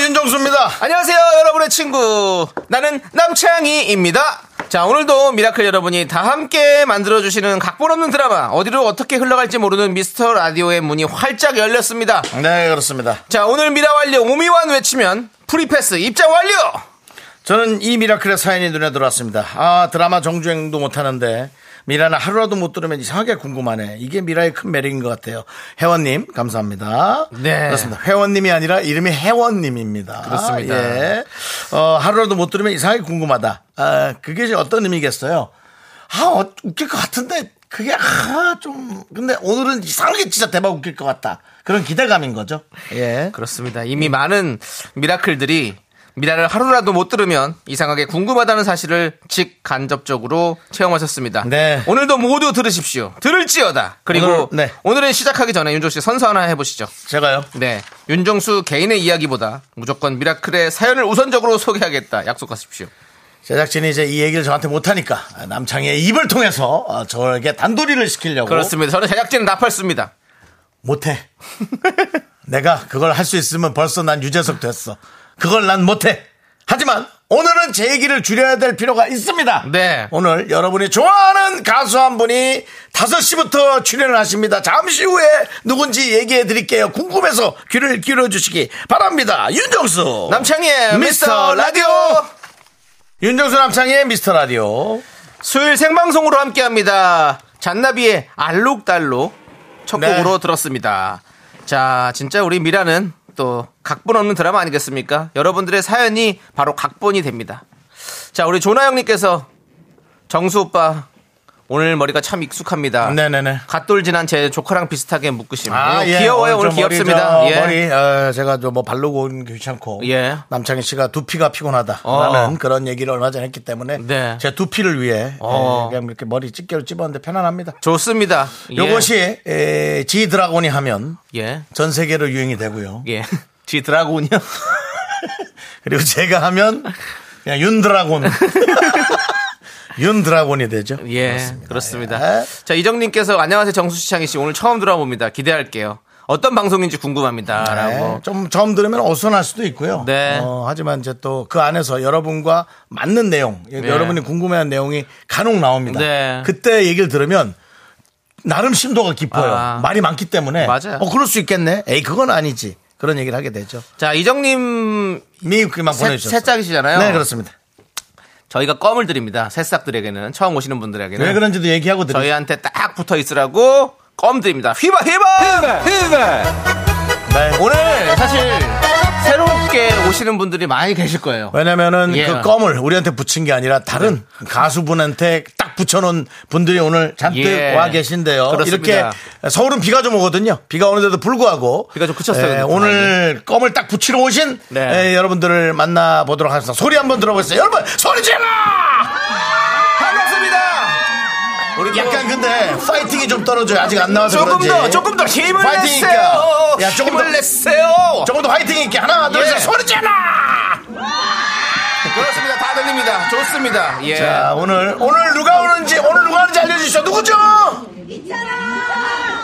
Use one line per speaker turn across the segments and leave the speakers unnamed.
윤정수입니다.
안녕하세요, 여러분의 친구. 나는 남창희입니다. 자, 오늘도 미라클 여러분이 다 함께 만들어주시는 각본 없는 드라마, 어디로 어떻게 흘러갈지 모르는 미스터 라디오의 문이 활짝 열렸습니다.
네 그렇습니다.
자, 오늘 미라 완료 오미완 외치면 프리패스 입장 완료!
저는 이 미라클의 사연이 눈에 들어왔습니다. 아 드라마 정주행도 못하는데 미라는 하루라도 못 들으면 이상하게 궁금하네. 이게 미라의 큰 매력인 것 같아요. 회원님 감사합니다.
네.
그렇습니다. 회원님이 아니라 이름이 회원님입니다.
그렇습니다.
예. 어, 하루라도 못 들으면 이상하게 궁금하다. 아 그게 이제 어떤 의미겠어요? 아 어, 웃길 것 같은데 그게 아좀 근데 오늘은 이상하게 진짜 대박 웃길 것 같다. 그런 기대감인 거죠. 예.
그렇습니다. 이미 많은 미라클들이 미라를 하루라도 못 들으면 이상하게 궁금하다는 사실을 직간접적으로 체험하셨습니다.
네.
오늘도 모두 들으십시오. 들을지어다. 그리고
오늘, 네.
오늘은 시작하기 전에 윤조 씨 선서 하나 해보시죠.
제가요.
네. 윤정수 개인의 이야기보다 무조건 미라클의 사연을 우선적으로 소개하겠다. 약속하십시오.
제작진이 이제 이 얘기를 저한테 못하니까 남창희의 입을 통해서 어, 저에게 단도리를 시키려고
그렇습니다. 저는 제작진은 나팔수입니다.
못해. 내가 그걸 할 수 있으면 벌써 난 유재석 됐어. 그걸 난 못해. 하지만 오늘은 제 얘기를 줄여야 될 필요가 있습니다.
네.
오늘 여러분이 좋아하는 가수 한 분이 5시부터 출연을 하십니다. 잠시 후에 누군지 얘기해 드릴게요. 궁금해서 귀를 기울여 주시기 바랍니다. 윤정수.
남창희의 미스터 라디오.
윤정수 남창희의 미스터 라디오.
수요일 생방송으로 함께합니다. 잔나비의 알록달록 첫
네.
곡으로 들었습니다. 자, 진짜 우리 미라는 또 각본 없는 드라마 아니겠습니까? 여러분들의 사연이 바로 각본이 됩니다. 자, 우리 조나영님께서 정수 오빠 오늘 머리가 참 익숙합니다.
네네네.
갓돌 지난 제 조카랑 비슷하게 묶으시면 아,
예.
귀여워요 오늘
좀 머리
귀엽습니다.
저
예.
머리, 어, 제가 좀 뭐 바르고 온 귀찮고
예.
남창희 씨가 두피가 피곤하다라는
어.
그런 얘기를 얼마 전에 했기 때문에
네.
제 두피를 위해
어.
예, 그냥 이렇게 머리 찢겨를 찝었는데 편안합니다.
좋습니다. 예.
요것이 에, 지 드라곤이 하면
예.
전 세계로 유행이 되고요.
예. 지 드라군요.
그리고 제가 하면 그냥 윤 드라곤. 윤 드라곤이 되죠.
예. 그렇습니다. 예. 자, 이정님께서 안녕하세요 정수 씨 창희 씨 오늘 처음 들어봅니다. 기대할게요. 어떤 방송인지 궁금합니다라고.
네, 좀 처음 들으면 어수선할 수도 있고요.
뭐. 네.
어, 하지만 이제 또 그 안에서 여러분과 맞는 내용, 예, 여러분이 궁금해한 내용이 간혹 나옵니다.
네.
그때 얘기를 들으면 나름 심도가 깊어요.
아.
말이 많기 때문에.
맞아요.
어, 그럴 수 있겠네. 에이, 그건 아니지. 그런 얘기를 하게 되죠.
자, 이정님
미국만
새,
보내주셨어요.
새싹이시잖아요.
네, 그렇습니다.
저희가 껌을 드립니다. 새싹들에게는 처음 오시는 분들에게는
왜 그런지도 얘기하고 드리죠.
네. 저희한테 딱 붙어 있으라고 껌 드립니다. 휘바 휘바
네.
오늘 사실 새롭게 오시는 분들이 많이 계실 거예요.
왜냐면은
예. 네.
그 껌을 우리한테 붙인 게 아니라 다른 가수분한테 딱 붙여놓은 분들이 오늘 잔뜩
예.
와 계신데요.
그렇습니다.
이렇게 서울은 비가 좀 오거든요. 비가 오는데도 불구하고
비가 좀 그쳤어요.
예, 오늘 껌을 딱 붙이러 오신
네.
예, 여러분들을 만나보도록 하겠습니다. 소리 한번 들어보세요. 여러분 소리 질러!
반갑습니다. 우리
약간 근데 파이팅이 좀 떨어져요. 아직 안 나와서
조금
그런지.
더 조금 더 힘을
파이팅이니까. 그러니까.
내세요.
야, 조금
힘을
더-
내세요.
조금 더 파이팅 있게 하나
예.
둘셋 소리 질러!
그렇습니다. 다 들립니다. 좋습니다. 예.
자 오늘 오늘 누가 오는지 오늘 누가 오는지 알려주시죠. 누구죠?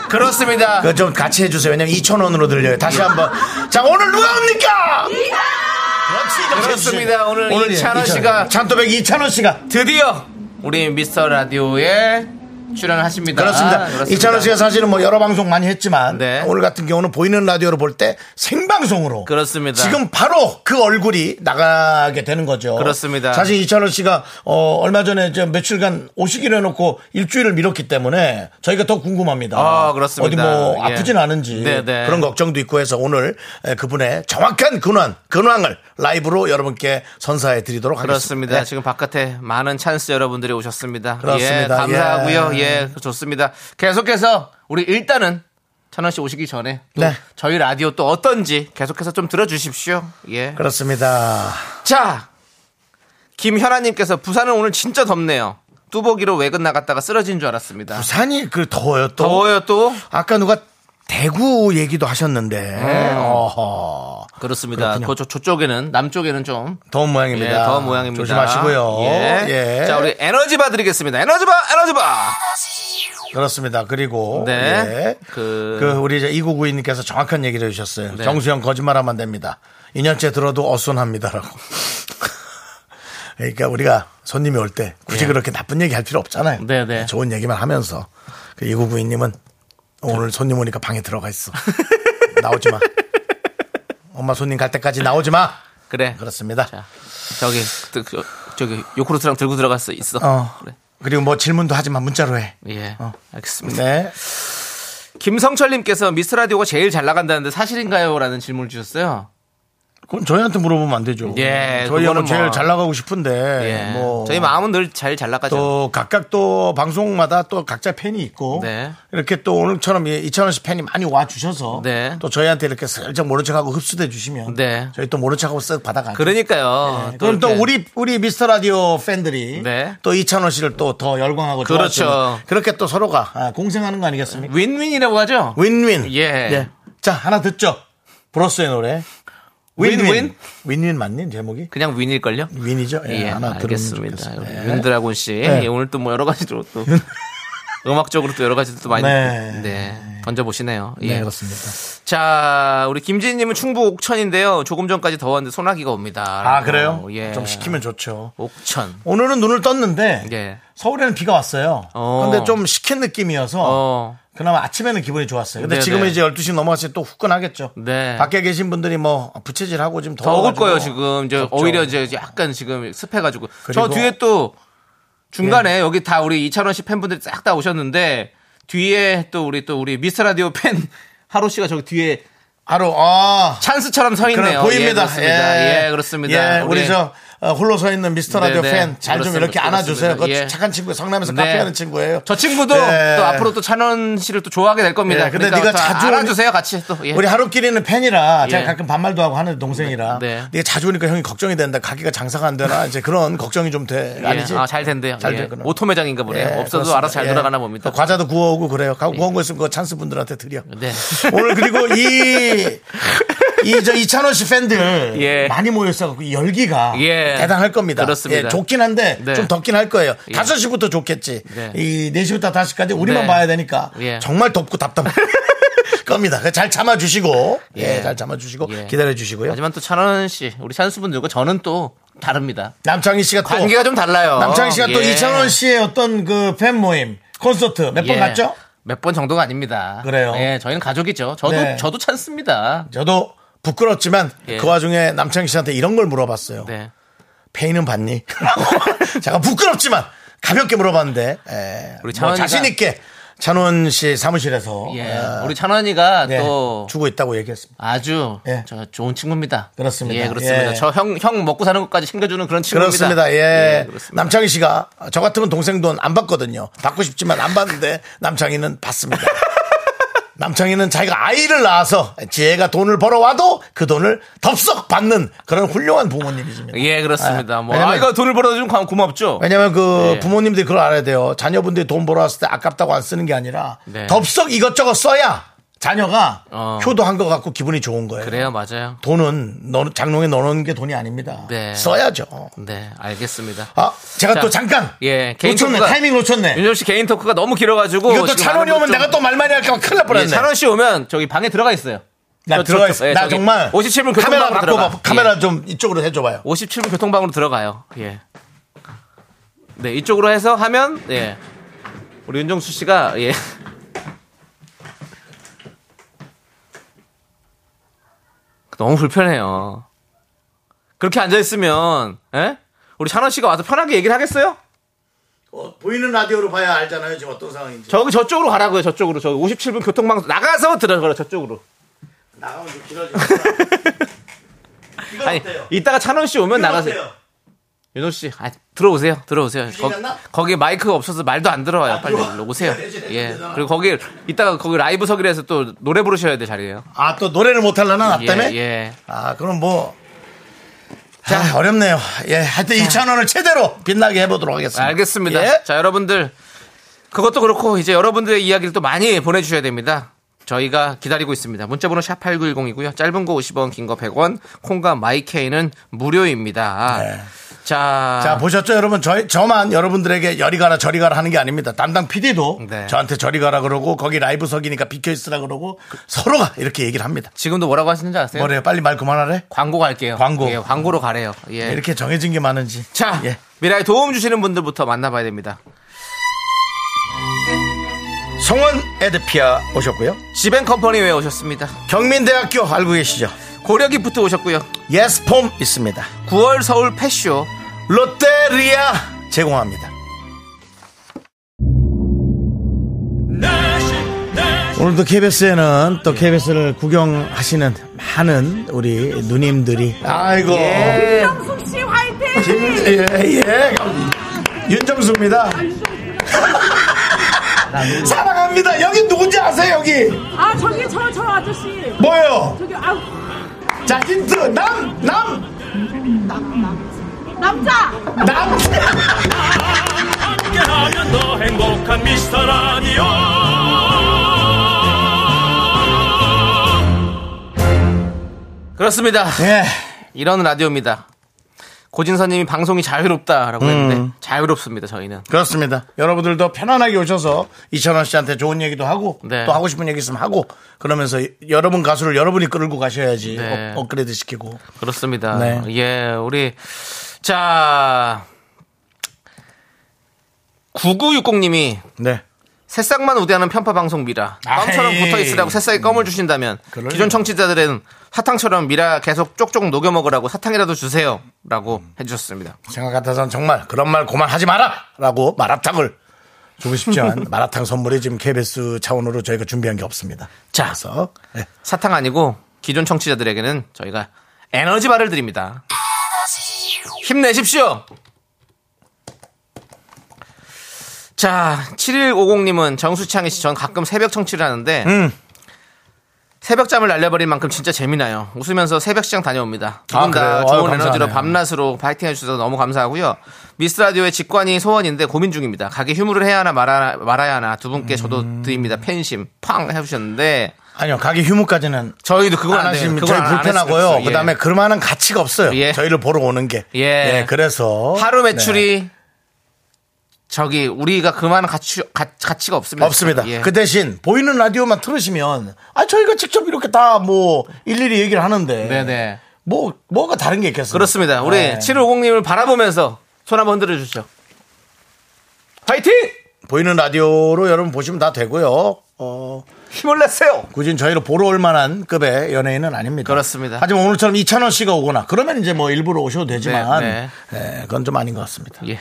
그렇습니다.
그거 좀 같이 해주세요. 왜냐면 2,000원으로 들려요.
예.
다시 한 번. 자, 오늘 누가 옵니까? 그렇지,
그렇습니다. 오늘 이찬원 씨가-
잔또백 이찬원 씨가.
드디어 우리 미스터 라디오에 출연을 하십니다.
그렇습니다.
아,
이찬원 씨가 사실은 뭐 여러 방송 많이 했지만
네.
오늘 같은 경우는 보이는 라디오로 볼 때 생방송으로
그렇습니다.
지금 바로 그 얼굴이 나가게 되는 거죠.
그렇습니다.
사실 이찬원 씨가 어, 얼마 전에 저 며칠간 오시기로 해놓고 일주일을 미뤘기 때문에 저희가 더 궁금합니다.
아, 그렇습니다.
어디 뭐
예.
아프진 않은지
네, 네.
그런 걱정도 있고 해서 오늘 에, 그분의 정확한 근황 근황을 라이브로 여러분께 선사해 드리도록
그렇습니다.
하겠습니다. 네.
지금 바깥에 많은 찬스 여러분들이 오셨습니다.
그렇습니다.
예, 감사하고요.
예.
예. 좋습니다. 계속해서 우리 일단은 천원 씨 오시기 전에 또
네.
저희 라디오 또 어떤지 계속해서 좀 들어주십시오. 예.
그렇습니다.
자, 김현아님께서 부산은 오늘 진짜 덥네요. 뚜벅이로 외근 나갔다가 쓰러진 줄 알았습니다.
부산이 그 더워요 또.
더워요 또.
아까 누가 대구 얘기도 하셨는데 어허.
그렇습니다.
그렇군요.
그 저, 저쪽에는 남쪽에는 좀
더운 모양입니다.
예, 더운 모양입니다.
조심하시고요.
예.
예.
자, 우리 에너지바 드리겠습니다. 에너지바, 에너지바.
그렇습니다. 그리고
네.
예.
그-
그... 우리 이제 이구구이님께서 정확한 얘기를 해주셨어요.
네.
정수영 거짓말하면 안 됩니다. 2년째 들어도 어순합니다라고. 그러니까 우리가 손님이 올 때 굳이
예.
그렇게 나쁜 얘기 할 필요 없잖아요.
네, 네.
좋은 얘기만 하면서 그 이구구이님은
네.
오늘 손님 오니까 방에 들어가 있어. 나오지 마. 엄마 손님 갈 때까지 나오지 마.
그래.
그렇습니다.
자, 저기, 그, 그, 저기, 요크루트랑 들고 들어갈 수 있어.
어.
그래.
그리고 뭐 질문도 하지 마. 문자로 해.
예.
어.
알겠습니다.
네.
김성철님께서 미스 라디오가 제일 잘 나간다는데 사실인가요? 라는 질문을 주셨어요.
그건 저희한테 물어보면 안 되죠.
예,
저희
그거는
뭐 제일
뭐.
잘 나가고 싶은데
예.
뭐
저희 마음은 늘 잘 잘 나가죠.
또 각각 또 방송마다 또 각자 팬이 있고
네.
이렇게 또 오늘처럼 이찬원 씨 팬이 많이 와 주셔서
네.
또 저희한테 이렇게 슬쩍 모른 척하고 흡수돼 주시면
네.
저희 또 모른 척하고 쓱 받아가죠. 네,
그러니까요.
그럼 또
이렇게.
우리 우리 미스터 라디오 팬들이
네.
또 이찬원 씨를 또 더 열광하고
그렇죠.
좋아하시는 그렇게 또 서로가 아, 공생하는 거 아니겠습니까?
윈윈이라고 하죠?
윈윈. 네.
예.
자 하나 듣죠. 브로스의 노래.
윈윈?
윈윈. 윈윈 맞니 제목이?
그냥 윈일걸요?
윈이죠? 예,
예,
하나 들으면
알겠습니다.
좋겠어요.
우리
네.
윤드라곤 씨
네.
예, 오늘 또 뭐 여러 가지로 또 음악적으로 또 여러 가지 또 많이
네.
네, 던져 보시네요. 예.
네, 그렇습니다.
자, 우리 김진님은 충북 옥천인데요. 조금 전까지 더웠는데 소나기가 옵니다.
아, 그래요?
예.
좀 시키면 좋죠.
옥천.
오늘은 눈을 떴는데
예.
서울에는 비가 왔어요.
어.
근데 좀 식힌 느낌이어서
어.
그나마 아침에는 기분이 좋았어요. 근데
네네.
지금은 이제 12시 넘어가서 또 후끈하겠죠.
네.
밖에 계신 분들이 뭐 부채질하고 좀
더
더워
올 거예요 지금 이제 오히려 이제 약간 지금 습해가지고 저
그리고- 예.
뒤에 또 중간에 여기 다 우리 이찬원 씨 팬분들이 싹 다 오셨는데 뒤에 또 우리 또 우리 미스 라디오 팬 하로 씨가 저기 뒤에
바로 아.
찬스처럼 서
그럼
있네요. 예,
보입니다.
그렇습니다. 예, 그렇습니다.
예, 우리, 저 어, 홀로 서 있는 미스터 라디오
네, 네.
팬 잘 좀
그렇습니다.
이렇게 안아주세요. 그
그렇습니다. 예.
착한 친구 성남에서
네.
카페하는 친구예요.
저 친구도
예.
또 앞으로 또 찬원 씨를 또 좋아하게 될 겁니다.
예, 근데 네가
그러니까 또
자주
알아주세요, 같이 또. 예.
우리 하루끼리는 팬이라
예.
제가 가끔 반말도 하고 하는 동생이라
네.
네가 자주 오니까 형이 걱정이 된다 가게가 장사가 안 되나 이제 그런 걱정이 좀 돼.
예.
아니지?
아, 잘 된대요.
잘
예.
되구나.
오토 매장인가 보네요.
예,
없어도
그렇습니다.
알아서 잘
예.
돌아가나 봅니다.
과자도 구워오고 그래요. 가- 구운 거 있으면 그거 찬스 분들한테 드려.
네.
오늘 그리고 이, 이, 저 이찬원 씨 팬들
예.
많이 모여있어갖고 이 열기가
예.
대단할 겁니다.
그렇습니다.
예, 좋긴 한데
네.
좀 덥긴 할 거예요.
예.
다 5시부터 좋겠지.
네.
이 4시부터 5시까지 우리만
네.
봐야 되니까
예.
정말 덥고 답답할 겁니다. 그 잘 참아주시고 예.
예.
잘 참아주시고
예.
기다려주시고요.
하지만 또 찬원 씨, 우리 찬수분들과 저는 또 다릅니다.
남창희 씨가 또
관계가 좀 달라요.
남창희 씨가 또
예.
이찬원 씨의 어떤 그 팬 모임 콘서트 몇 번
예.
갔죠?
몇 번 정도가 아닙니다.
그래요?
예, 저희는 가족이죠. 저도
네.
저도 찬스입니다.
저도 부끄럽지만
예.
그 와중에 남창희 씨한테 이런 걸 물어봤어요.
네.
페이는 받니? 라고 제가 부끄럽지만 가볍게 물어봤는데 에,
우리
뭐
찬원이가-
자신 있게 찬원 씨 사무실에서
예.
어,
우리 찬원이가
네,
또
주고 있다고 얘기했습니다.
아주
예.
저 좋은 친구입니다.
그렇습니다.
예, 그렇습니다.
예.
저 형 형 먹고 사는 것까지 챙겨주는 그런 친구입니다.
그렇습니다. 예.
그렇습니다.
남창희 씨가 저 같으면 동생 돈 안 받거든요. 받고 싶지만 안 받는데 남창희는 받습니다. 남창희는 자기가 아이를 낳아서 지혜가 돈을 벌어와도 그 돈을 덥석 받는 그런 훌륭한 부모님이십니다.
예, 그렇습니다. 뭐
왜냐면-
아이가 돈을 벌어주면 고- 고맙죠.
왜냐면 그
예.
부모님들이 그걸 알아야 돼요. 자녀분들이 돈 벌어왔을 때 아깝다고 안 쓰는 게 아니라
네.
덥석 이것저것 써야 자녀가
어.
효도한 것 같고 기분이 좋은 거예요.
그래요, 맞아요.
돈은 넣- 장롱에 넣어놓은 게 돈이 아닙니다.
네.
써야죠.
네, 알겠습니다.
아, 제가
자,
또 잠깐
예, 개인
놓쳤네.
토크가-
타이밍 놓쳤네.
윤정 씨 개인 토크가 너무 길어가지고
이것도
지금
찬원이
많은
오면
분 좀-
내가 또 말 많이 할까 봐 큰일 날
예,
뻔했네.
찬원 씨 오면 저기 방에 들어가 있어요.
나
저- 저-
들어가 있어.
예,
나
저기
정말
57분
카메라
교통방으로
바꿔
들어가.
봐. 카메라 좀 이쪽으로 해줘봐요.
57분 교통방으로 들어가요. 예. 네, 이쪽으로 해서 하면 예. 우리 윤정수 씨가 예. 너무 불편해요. 그렇게 앉아 있으면 예? 우리 찬원 씨가 와서 편하게 얘기를 하겠어요?
어, 보이는 라디오로 봐야 알잖아요. 지금 어떤 상황인지.
저기 저쪽으로 가라고요. 저쪽으로. 저 57분 교통방 나가서 들어가라. 저쪽으로.
나가면 좀 길어지고. 이건
아니, 이따가 찬원 씨 오면 나가세요. 윤호 씨, 아, 들어오세요. 들어오세요. 거,
났나? 아, 네,
거기 마이크가 없어서 말도 안 들어와요. 빨리
들어와.
일로 오세요.
그래야 되지,
예.
되잖아.
그리고 거기 이따가 거기 라이브석이라서 또 노래 부르셔야 될 자리예요.
아 또 노래를 못하려나 나
예,
때문에?
예.
아 그럼 뭐. 자 어렵네요. 예, 하여튼 2천 원을 제대로 빛나게 해보도록 하겠습니다.
알겠습니다.
예?
자, 여러분들 그것도 그렇고 이제 여러분들의 이야기를 또 많이 보내주셔야 됩니다. 저희가 기다리고 있습니다. 문자번호 샵 8910이고요. 짧은 거 50원, 긴 거 100원, 콩과 마이케이는 무료입니다.
네.
자,
자 보셨죠 여러분 저, 저만 여러분들에게 여리 가라 저리 가라 하는 게 아닙니다 담당 PD도
네.
저한테 저리 가라 그러고 거기 라이브석이니까 비켜 있으라 그러고 서로가 이렇게 얘기를 합니다
지금도 뭐라고 하시는지 아세요?
뭐래요 빨리 말 그만하래
광고 갈게요.
광고. 네,
예, 광고로 가래요. 예.
이렇게 정해진 게 많은지
자,
예.
미라에 도움 주시는 분들부터 만나봐야 됩니다.
송원 에드피아 오셨고요
지벤컴퍼니 왜 오셨습니다.
경민대학교 알고 계시죠
고려기프트 오셨고요.
예스폼 있습니다
9월 서울 패쇼.
롯데리아 제공합니다 오늘도 KBS에는 또 KBS를 구경하시는 많은 우리 누님들이 아이고
씨 화이팅!
예, 예. 윤정수입니다. 사랑합니다. 여기 누군지 아세요, 여기?
아 저기 저 저 아저씨
뭐예요?
저기 아
자, 힌트. 남, 남,
남자
남.
함께하면 더 행복한 미스터 라디오
그렇습니다.
예.
이런 라디오입니다. 고진서님이 방송이 자유롭다라고
음.
했는데 자유롭습니다. 저희는
그렇습니다. 여러분들도 편안하게 오셔서 이천원 씨한테 좋은 얘기도 하고
네.
또 하고 싶은 얘기 있으면 하고 그러면서 여러분 가수를 여러분이 끌고 가셔야지
네.
업, 업그레이드 시키고
그렇습니다.
네.
예, 우리 자 9960님이
네.
새싹만 우대하는 편파 방송 미라 껌처럼
아이. 음,
붙어 있으라고 새싹에 껌을 주신다면
그럴요.
기존 청취자들은 사탕처럼 미라 계속 쪽쪽 녹여 먹으라고 사탕이라도 주세요라고 해주셨습니다.
생각 같아서는 정말 그런 말 그만하지 마라! 라고 마라탕을 주고 싶지만 마라탕 선물이 지금 KBS 차원으로 저희가 준비한 게 없습니다.
자.
그래서 네.
사탕 아니고 기존 청취자들에게는 저희가 에너지바를 드립니다. 힘내십시오. 자, 7150님은 정수창희 씨, 전 가끔 새벽 청취를 하는데,
음.
새벽잠을 날려버릴 만큼 진짜 재미나요. 웃으면서 새벽 시장 다녀옵니다. 두 분 다
그래요? 아유,
좋은
감사하네요.
에너지로 밤낮으로 파이팅 해주셔서 너무 감사하고요. 미스 라디오의 직관이 소원인데 고민 중입니다. 가게 휴무를 해야 하나 말아, 말아야 하나 두
음.
분께 저도 드립니다. 팬심 팡 해주셨는데
아니요, 가게 휴무까지는
저희도 그건
안
안 돼요.
하시면
그건
저희
안- 안 했을
불편하고요.
거예요.
그 다음에
예.
그만한 가치가 없어요.
예.
저희를 보러 오는 게.
예.
그래서.
하루
네.
매출이 저기 우리가 그만한 가치 가, 가치가 없습니다.
없습니다.
예.
그 대신 보이는 라디오만 들으시면 아 저희가 직접 이렇게 다 뭐 일일이 얘기를 하는데
네네.
뭐 뭐가 다른 게 있겠어요?
그렇습니다. 우리
네.
750님을 바라보면서 손 한번 흔들어 주시죠. 화이팅!
보이는 라디오로 여러분 보시면 다 되고요. 어,
힘을 내세요.
굳이 저희를 보러 올 만한 급의 연예인은 아닙니다.
그렇습니다.
하지만 오늘처럼 이찬원 씨가 오거나 그러면 이제 뭐 일부러 오셔도 되지만
네,
예, 그건 좀 아닌 것 같습니다.
예.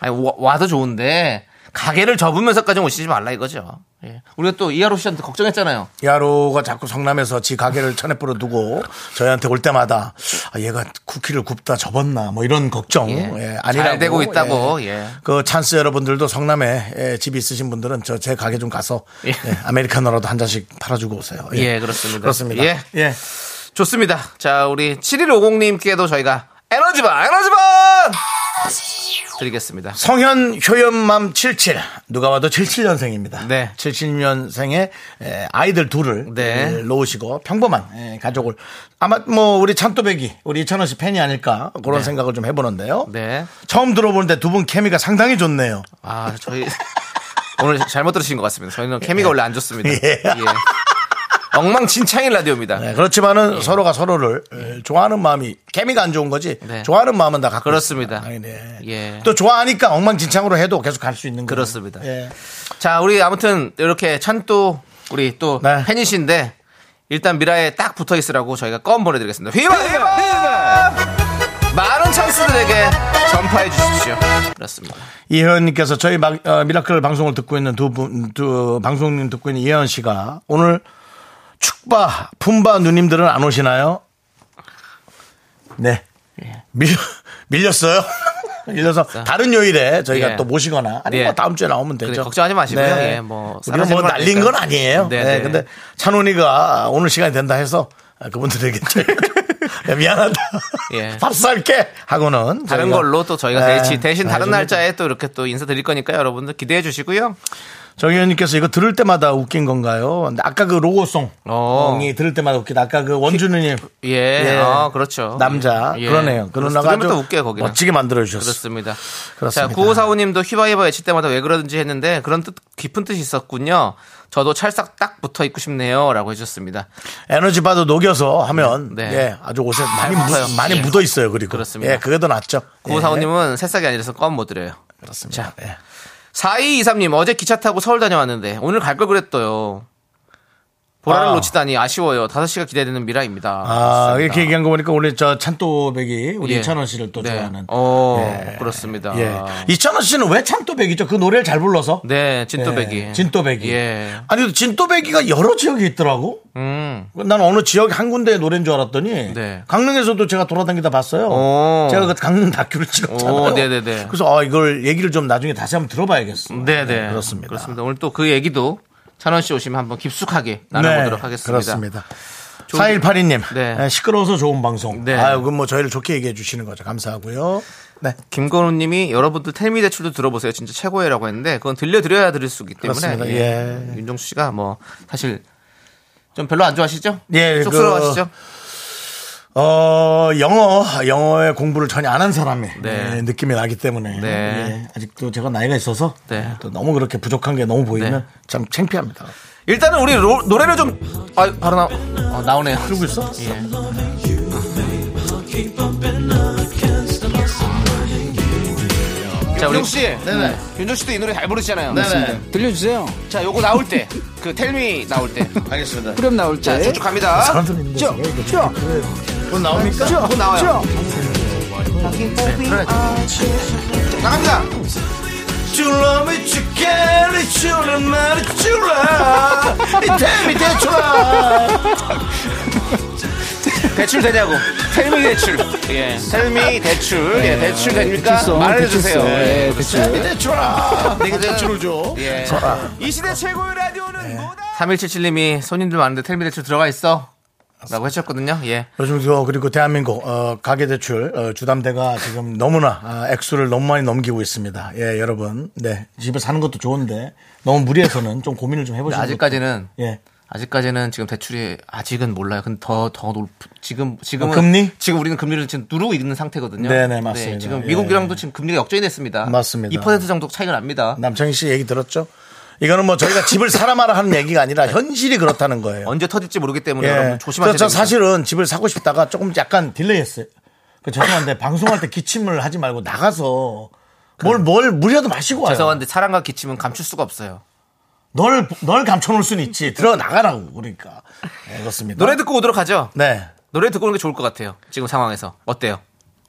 아니, 와, 와도 좋은데 가게를 접으면서까지 오시지 말라 이거죠. 예. 우리가 또 이하로 씨한테 걱정했잖아요.
야로가 자꾸 성남에서 지 가게를 천에 뿌려 두고 저희한테 올 때마다 아, 얘가 쿠키를 굽다 접었나 뭐 이런 걱정
예.
예, 아니라고
잘 되고 있다고, 예.
그 찬스 여러분들도 성남에 예, 집이 있으신 분들은 저 제 가게 좀 가서
예.
예, 아메리카노라도 한 잔씩 팔아주고 오세요.
예, 그렇습니다.
그렇습니다.
예.
예.
좋습니다. 자, 우리 7150님께도 저희가 에너지바, 에너지바! 드리겠습니다.
성현 효연맘 77 누가 봐도 77년생입니다.
네.
77년생의 아이들 둘을
네.
에, 놓으시고 평범한 에, 가족을 아마 뭐 우리 찬또배기 우리 이찬원 씨 팬이 아닐까 그런 생각을 좀 해보는데요.
네.
처음 들어보는데 두 분 케미가 상당히 좋네요.
아, 저희 오늘 잘못 들으신 것 같습니다. 저희는 케미가 원래 안 좋습니다.
예.
예. 엉망진창인 라디오입니다.
네, 그렇지만은 서로가 서로를 에, 좋아하는 마음이 케미가 안 좋은 거지
네.
좋아하는 마음은 다 갖고
그렇습니다.
있습니다. 아니, 네.
예.
또 좋아하니까 엉망진창으로 해도 계속 갈 수 있는 거예요.
그렇습니다.
예.
자, 우리 아무튼 이렇게 찬또 우리 또
네.
팬이신데 일단 미라에 딱 붙어 있으라고 저희가 껌 보내드리겠습니다. 휘바 휘바 휘바! 많은 찬스들에게 전파해 주십시오. 그렇습니다.
이혜원님께서 저희 막, 어, 미라클 방송을 듣고 있는 두 분, 두 방송님 듣고 있는 이혜원 씨가 오늘 축바,
예.
품바 누님들은 안 오시나요? 네. 밀, 밀렸어요. 밀려서 다른 요일에 저희가
예.
또 모시거나 아니면
예.
뭐 다음 주에 나오면 되죠.
그래, 걱정하지 마시고요. 예, 뭐
우리가 뭐
사라지는 건
날린
아니니까.
건 아니에요. 네,
네, 네.
근데 찬훈이가 오늘 시간이 된다 해서 아, 그분들에게 야, 네, 미안하다.
예.
밥 살게 하고는
다른
저희가,
걸로 또 저희가
예,
대신, 대신 다른
해주면
날짜에 또 이렇게 또 인사드릴 거니까요. 여러분들 기대해 주시고요.
정의원님께서 이거 들을 때마다 웃긴 건가요? 근데 아까 그 로고송이
어.
들을 때마다 웃기다. 아까 그 원준우님
예.
예.
아, 그렇죠.
남자
예.
그러네요. 그런
그래서
나가
들으면 또 웃겨요, 거기는.
멋지게 만들어 주셨어.
그렇습니다.
그렇습니다.
자, 9545님도 휘바이바 외칠 때마다 왜 그러는지 했는데 그런 뜻, 깊은 뜻이 있었군요. 저도 찰싹 딱 붙어 있고 싶네요. 라고 해주셨습니다.
에너지 바도 녹여서 하면
네.
예 아주 옷에 많이
붙어요.
묻, 많이
예.
묻어 있어요. 그리고
그렇습니다.
예 그게 더 낫죠. 예.
9545님은 새싹이 아니라서 껌 못 드려요.
그렇습니다. 예.
4223님 어제 기차 타고 서울 다녀왔는데 오늘 갈 걸 그랬어요. 보라를
아.
놓치다니 아쉬워요. 5시가 기대되는 미라입니다.
아
그렇습니다.
이렇게 얘기한 거 보니까 원래 저 찬또백이 우리
예.
이찬원 씨를 또
네.
좋아하는.
어, 그렇습니다.
예 이찬원 씨는 왜 찬또백이죠? 그 노래를 잘 불러서.
네, 진또배기.
예, 진또백이.
예.
아니 진또백이가 여러 지역에 있더라고.
음.
난 어느 지역 한 군데의 노래인 줄 알았더니
네.
강릉에서도 제가 돌아다니다 봤어요.
오.
제가 그 강릉 다큐를 찍었잖아요.
오, 네네네.
그래서 아 이걸 얘기를 좀 나중에 다시 한번 들어봐야겠어요.
네, 네.
그렇습니다.
그렇습니다. 오늘 또 그 얘기도 찬원 씨 오시면 한번 깊숙하게 나눠보도록
네,
하겠습니다.
그렇습니다.
조-
4182님,
네.
시끄러워서 좋은 방송.
네.
아유, 그뭐 저희를 좋게 얘기해 주시는 거죠. 감사하고요. 네.
김건우 님이 여러분들 텔미 대출도 들어보세요. 진짜 최고예라고 했는데 그건 들려드려야 들을 수 있기 때문에.
그렇습니다. 예.
윤정수 씨가 뭐 사실 좀 별로 안 좋아하시죠?
예,
쑥스러워하시죠?
어, 영어, 영어의 공부를 전혀 안 한 사람의
네.
예, 느낌이 나기 때문에.
네.
예, 아직도 제가 나이가 있어서
네.
또 너무 그렇게 부족한 게 너무 보이면
네.
참 창피합니다.
일단은 우리 로- 노래를 좀 아, 바로 나, 어, 나오네요. 들고 있어? 예. 자, 우리 씨. 네네. 윤정 씨도 이 노래 잘 부르시잖아요. 네네.
들려주세요.
자, 요거 나올 때. 그 텔미 나올 때. 알겠습니다.
그럼 나올
자,
때.
쭉쭉 갑니다.
돈 나옵니까?
곧 나와요. 나갑니다. 네 대출 되냐고. 텔미 대출. 예. 텔미 대출.
네.
예. 대출 됩니까?
대출성,
말해주세요.
대출성. 예, 대출.
대출아.
네, 그죠?
대출을 줘.
예. 이 시대 최고의 라디오는 뭐다? 3177님이 손님들 많은데 텔미 대출 들어가 있어. 라고 하셨거든요. 예.
요즘 저 그리고 대한민국 어, 가계 대출 어, 주담대가 지금 너무나 아, 액수를 너무 많이 넘기고 있습니다. 예, 여러분, 네 집에 사는 것도 좋은데 너무 무리해서는 좀 고민을 좀 해보시는.
아직까지는
것도. 예,
아직까지는 지금 대출이 아직은 몰라요. 근데 더, 더 높, 지금, 지금은.
어, 금리?
지금 우리는 금리를 지금 누르고 있는 상태거든요.
네네, 맞습니다.
지금
예.
미국이랑도 지금 금리가 역전이 됐습니다.
맞습니다.
2% 정도 차이가 납니다.
남창희 씨 얘기 들었죠? 이거는 뭐 저희가 집을 사라 마라 하는 얘기가 아니라 현실이 그렇다는 거예요.
언제 터질지 모르기 때문에
예,
여러분 조심하셔야
저
됩니다.
사실은 집을 사고 싶다가 조금 약간 딜레이했어요. 그 죄송한데 방송할 때 기침을 하지 말고 나가서 뭘 뭘 무리라도 마시고 와요.
죄송한데 사랑과 기침은 감출 수가 없어요.
널, 널 감춰놓을 수는 있지. 들어나가라고, 그러니까. 네, 그렇습니다.
노래 듣고 오도록 하죠.
네.
노래 듣고 오는 게 좋을 것 같아요. 지금 상황에서 어때요?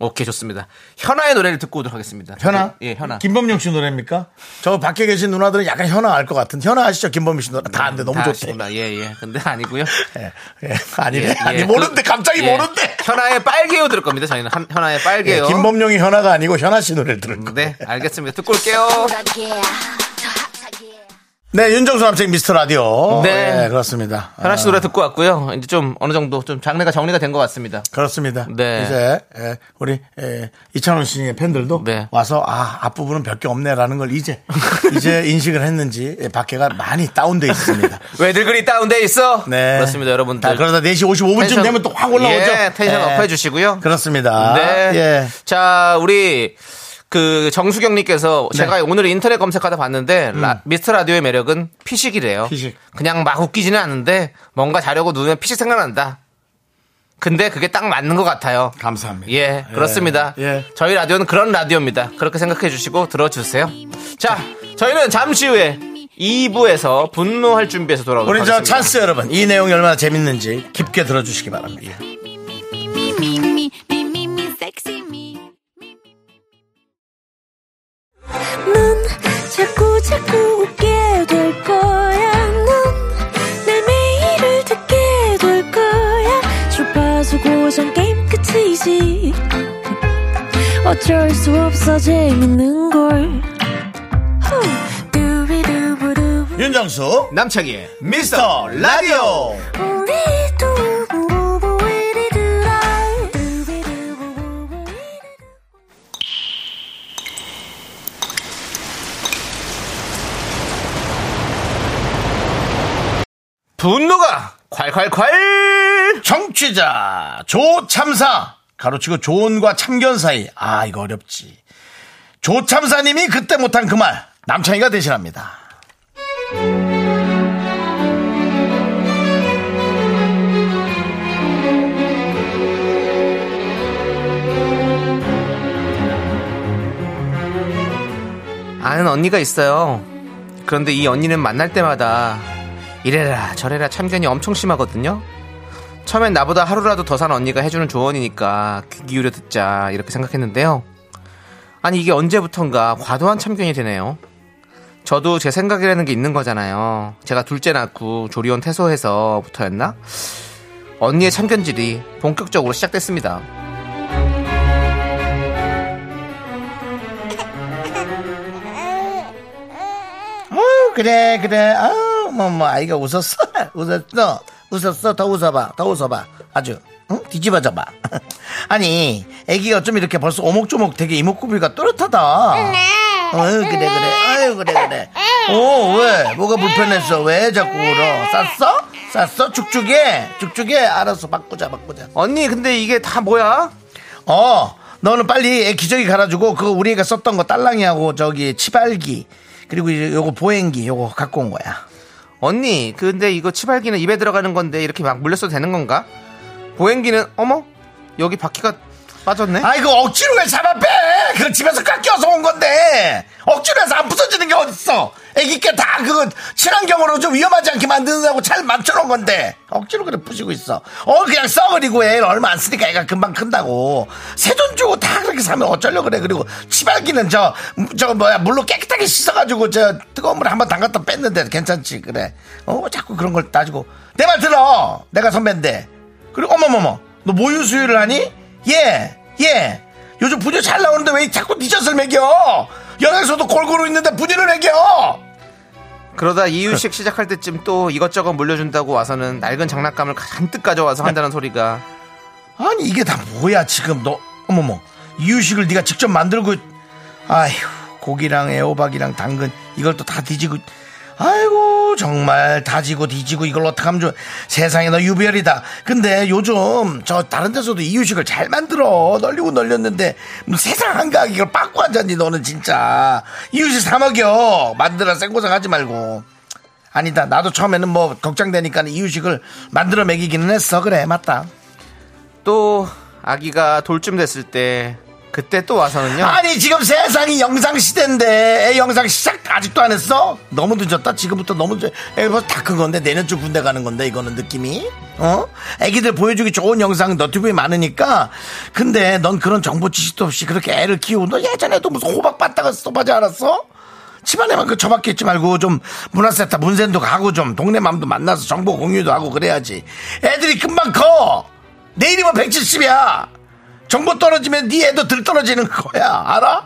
오케이 좋습니다. 현아의 노래를 듣고 오도록 하겠습니다.
현아?
예, 현아.
김범용 씨 노래입니까? 저 밖에 계신 누나들은 약간 현아 알 것 같은. 현아 아시죠? 김범용 씨 노래. 다 안 돼. 너무
다
좋대.
아시구나. 예, 예. 근데 아니고요.
예, 예. 아니네.
예,
아니,
예.
모른데.
그-
갑자기
예.
모른데.
현아의 빨개요 들을 겁니다. 저희는 한- 현아의
예,
빨개요.
김범용이 현아가 아니고 현아 씨 노래를 들을 거예요.
네, 알겠습니다. 듣고 올게요.
네, 윤정수 남친 미스터 라디오.
네.
예, 그렇습니다.
현아 씨
아,
노래 듣고 왔고요. 이제 좀 어느 정도 좀 장르가 정리가 된 것 같습니다.
그렇습니다.
네.
이제 예, 우리 예, 이찬원 씨의 팬들도
네.
와서 아 앞부분은 별 게 없네라는 걸 이제 이제 인식을 했는지 예, 밖에가 많이 다운돼 있습니다.
왜들 그리 다운돼 있어?
네.
그렇습니다, 여러분들.
다 그러다 4시 55분쯤
텐션-
되면 또 확 올라오죠.
예, 텐션
예.
업 해주시고요.
그렇습니다.
네.
예.
자, 우리 그 정수경님께서
네.
제가 오늘 인터넷 검색하다 봤는데 라- 미스터 라디오의 매력은 피식이래요.
음. 피식.
그냥 막 웃기지는 않은데 뭔가 자려고 누우면 피식 생각난다. 근데 그게 딱 맞는 것 같아요.
감사합니다.
예, 그렇습니다.
예.
저희 라디오는 그런 라디오입니다. 그렇게 생각해 주시고 들어주세요. 자, 저희는 잠시 후에 2부에서 분노할 준비해서 돌아오도록
우리 저
하겠습니다.
찬스 여러분 이 내용이 얼마나 재밌는지 깊게 들어주시기 바랍니다.
me, me, me, me, me, me, sexy me.
넌 자꾸 자꾸 웃게 될 거야. 넌내 매일을 듣게 될 거야. 주파수 고정 게임 끝이지. 어쩔 수 없어 재밌는 걸 후. 두비두부두.
윤정수
남창희의
미스터 라디오
우리 두부부부 이리들아. 두비두부부부 이리들아.
분노가 콸콸콸
정취자 조참사 가로치고 조언과 참견 사이 아 이거 어렵지 조참사님이 그때 못한 그 말 남창희가 대신합니다
아는 언니가 있어요 그런데 이 언니는 만날 때마다 이래라 저래라 참견이 엄청 심하거든요 처음엔 나보다 하루라도 더 산 언니가 해주는 조언이니까 귀 기울여 듣자 이렇게 생각했는데요 아니 이게 언제부턴가 과도한 참견이 되네요 저도 제 생각이라는 게 있는 거잖아요 제가 둘째 낳고 조리원 퇴소해서부터였나 언니의 참견질이 본격적으로 시작됐습니다
어 그래 그래 아뭐뭐 아이가 웃었어 웃었어 웃었어 더 웃어봐 더 웃어봐 아주 응? 뒤집어져봐 아니 애기가 좀 이렇게 벌써 오목조목 되게 이목구비가 또렷하다 어 그래 그래 아유 그래 그래 어왜 뭐가 불편했어 왜 자꾸 울어 쌌어 쌌어 쭉쭉해 쭉쭉해 알았어 바꾸자 바꾸자
언니 근데 이게 다 뭐야
어, 너는 빨리 애 기저귀 갈아주고 그거 우리 애가 썼던 거 딸랑이하고 저기 치발기 그리고 이- 요거 보행기 요거 갖고 온 거야.
언니, 근데 이거 치발기는 입에 들어가는 건데 이렇게 막 물렸어도 되는 건가? 보행기는 어머 여기 바퀴가 빠졌네.
아이고 그 억지로 왜 잡아 빼? 그거 집에서 깎여서 온 건데 억지로 해서 안 부서지는 게 어딨어? 애기께 다 그거 친환경으로 좀 위험하지 않게 만드느라고 잘 맞춰놓은 건데 억지로 그래 부시고 있어. 어 그냥 써버리고 애 얼마 안 쓰니까 애가 금방 큰다고 새 돈 주고 다 그렇게 사면 어쩌려 그래? 그리고 치발기는 저 저 뭐야 물로 깨끗하게 씻어가지고 저 뜨거운 물에 한번 담갔다 뺐는데 괜찮지 그래? 어 자꾸 그런 걸 따지고 내 말 들어 내가 선배인데 그리고 어머머머 너 모유 수유를 하니? 예 예. 요즘 분유 잘 나오는데 왜 자꾸 니젖을 먹여? 연애에서도 골고루 있는데 분유를 먹여.
그러다 이유식 시작할 때쯤 또 이것저것 물려준다고 와서는 낡은 장난감을 잔뜩 가져와서 한다는 소리가
아니 이게 다 뭐야 지금 너 어머머 이유식을 네가 직접 만들고 아휴 고기랑 애호박이랑 당근 이걸 또 다 뒤지고 아이고 정말 다지고 뒤지고 이걸 어떻게 하면 좋 세상에 너 유별이다 근데 요즘 저 다른 데서도 이유식을 잘 만들어 널리고 널렸는데 뭐 세상 한가하게 이걸 빠꾸 앉았니 너는 진짜 이유식 사 먹여 만들어 생고생 하지 말고 아니다 나도 처음에는 뭐 걱정되니까 이유식을 만들어 먹이기는 했어 그래 맞다
또 아기가 돌쯤 됐을 때 그때 또 와서는요.
아니 지금 세상이 영상 시대인데 애 영상 시작 아직도 안 했어? 너무 늦었다 지금부터 너무 늦... 애 벌써 다 큰 건데 내년쯤 군대 가는 건데 이거는 느낌이 어? 애기들 보여주기 좋은 영상 너튜브에 많으니까 근데 넌 그런 정보 지식도 없이 그렇게 애를 키우고 너 예전에도 무슨 호박 봤다가 소바지 알았어? 집안에만 그 처박혀 있지 말고 좀 문화센터 문센도 가고 좀 동네 맘도 만나서 정보 공유도 하고 그래야지 애들이 금방 커내 이름은 170이야 정보 떨어지면 네 애도 들 떨어지는 거야. 알아?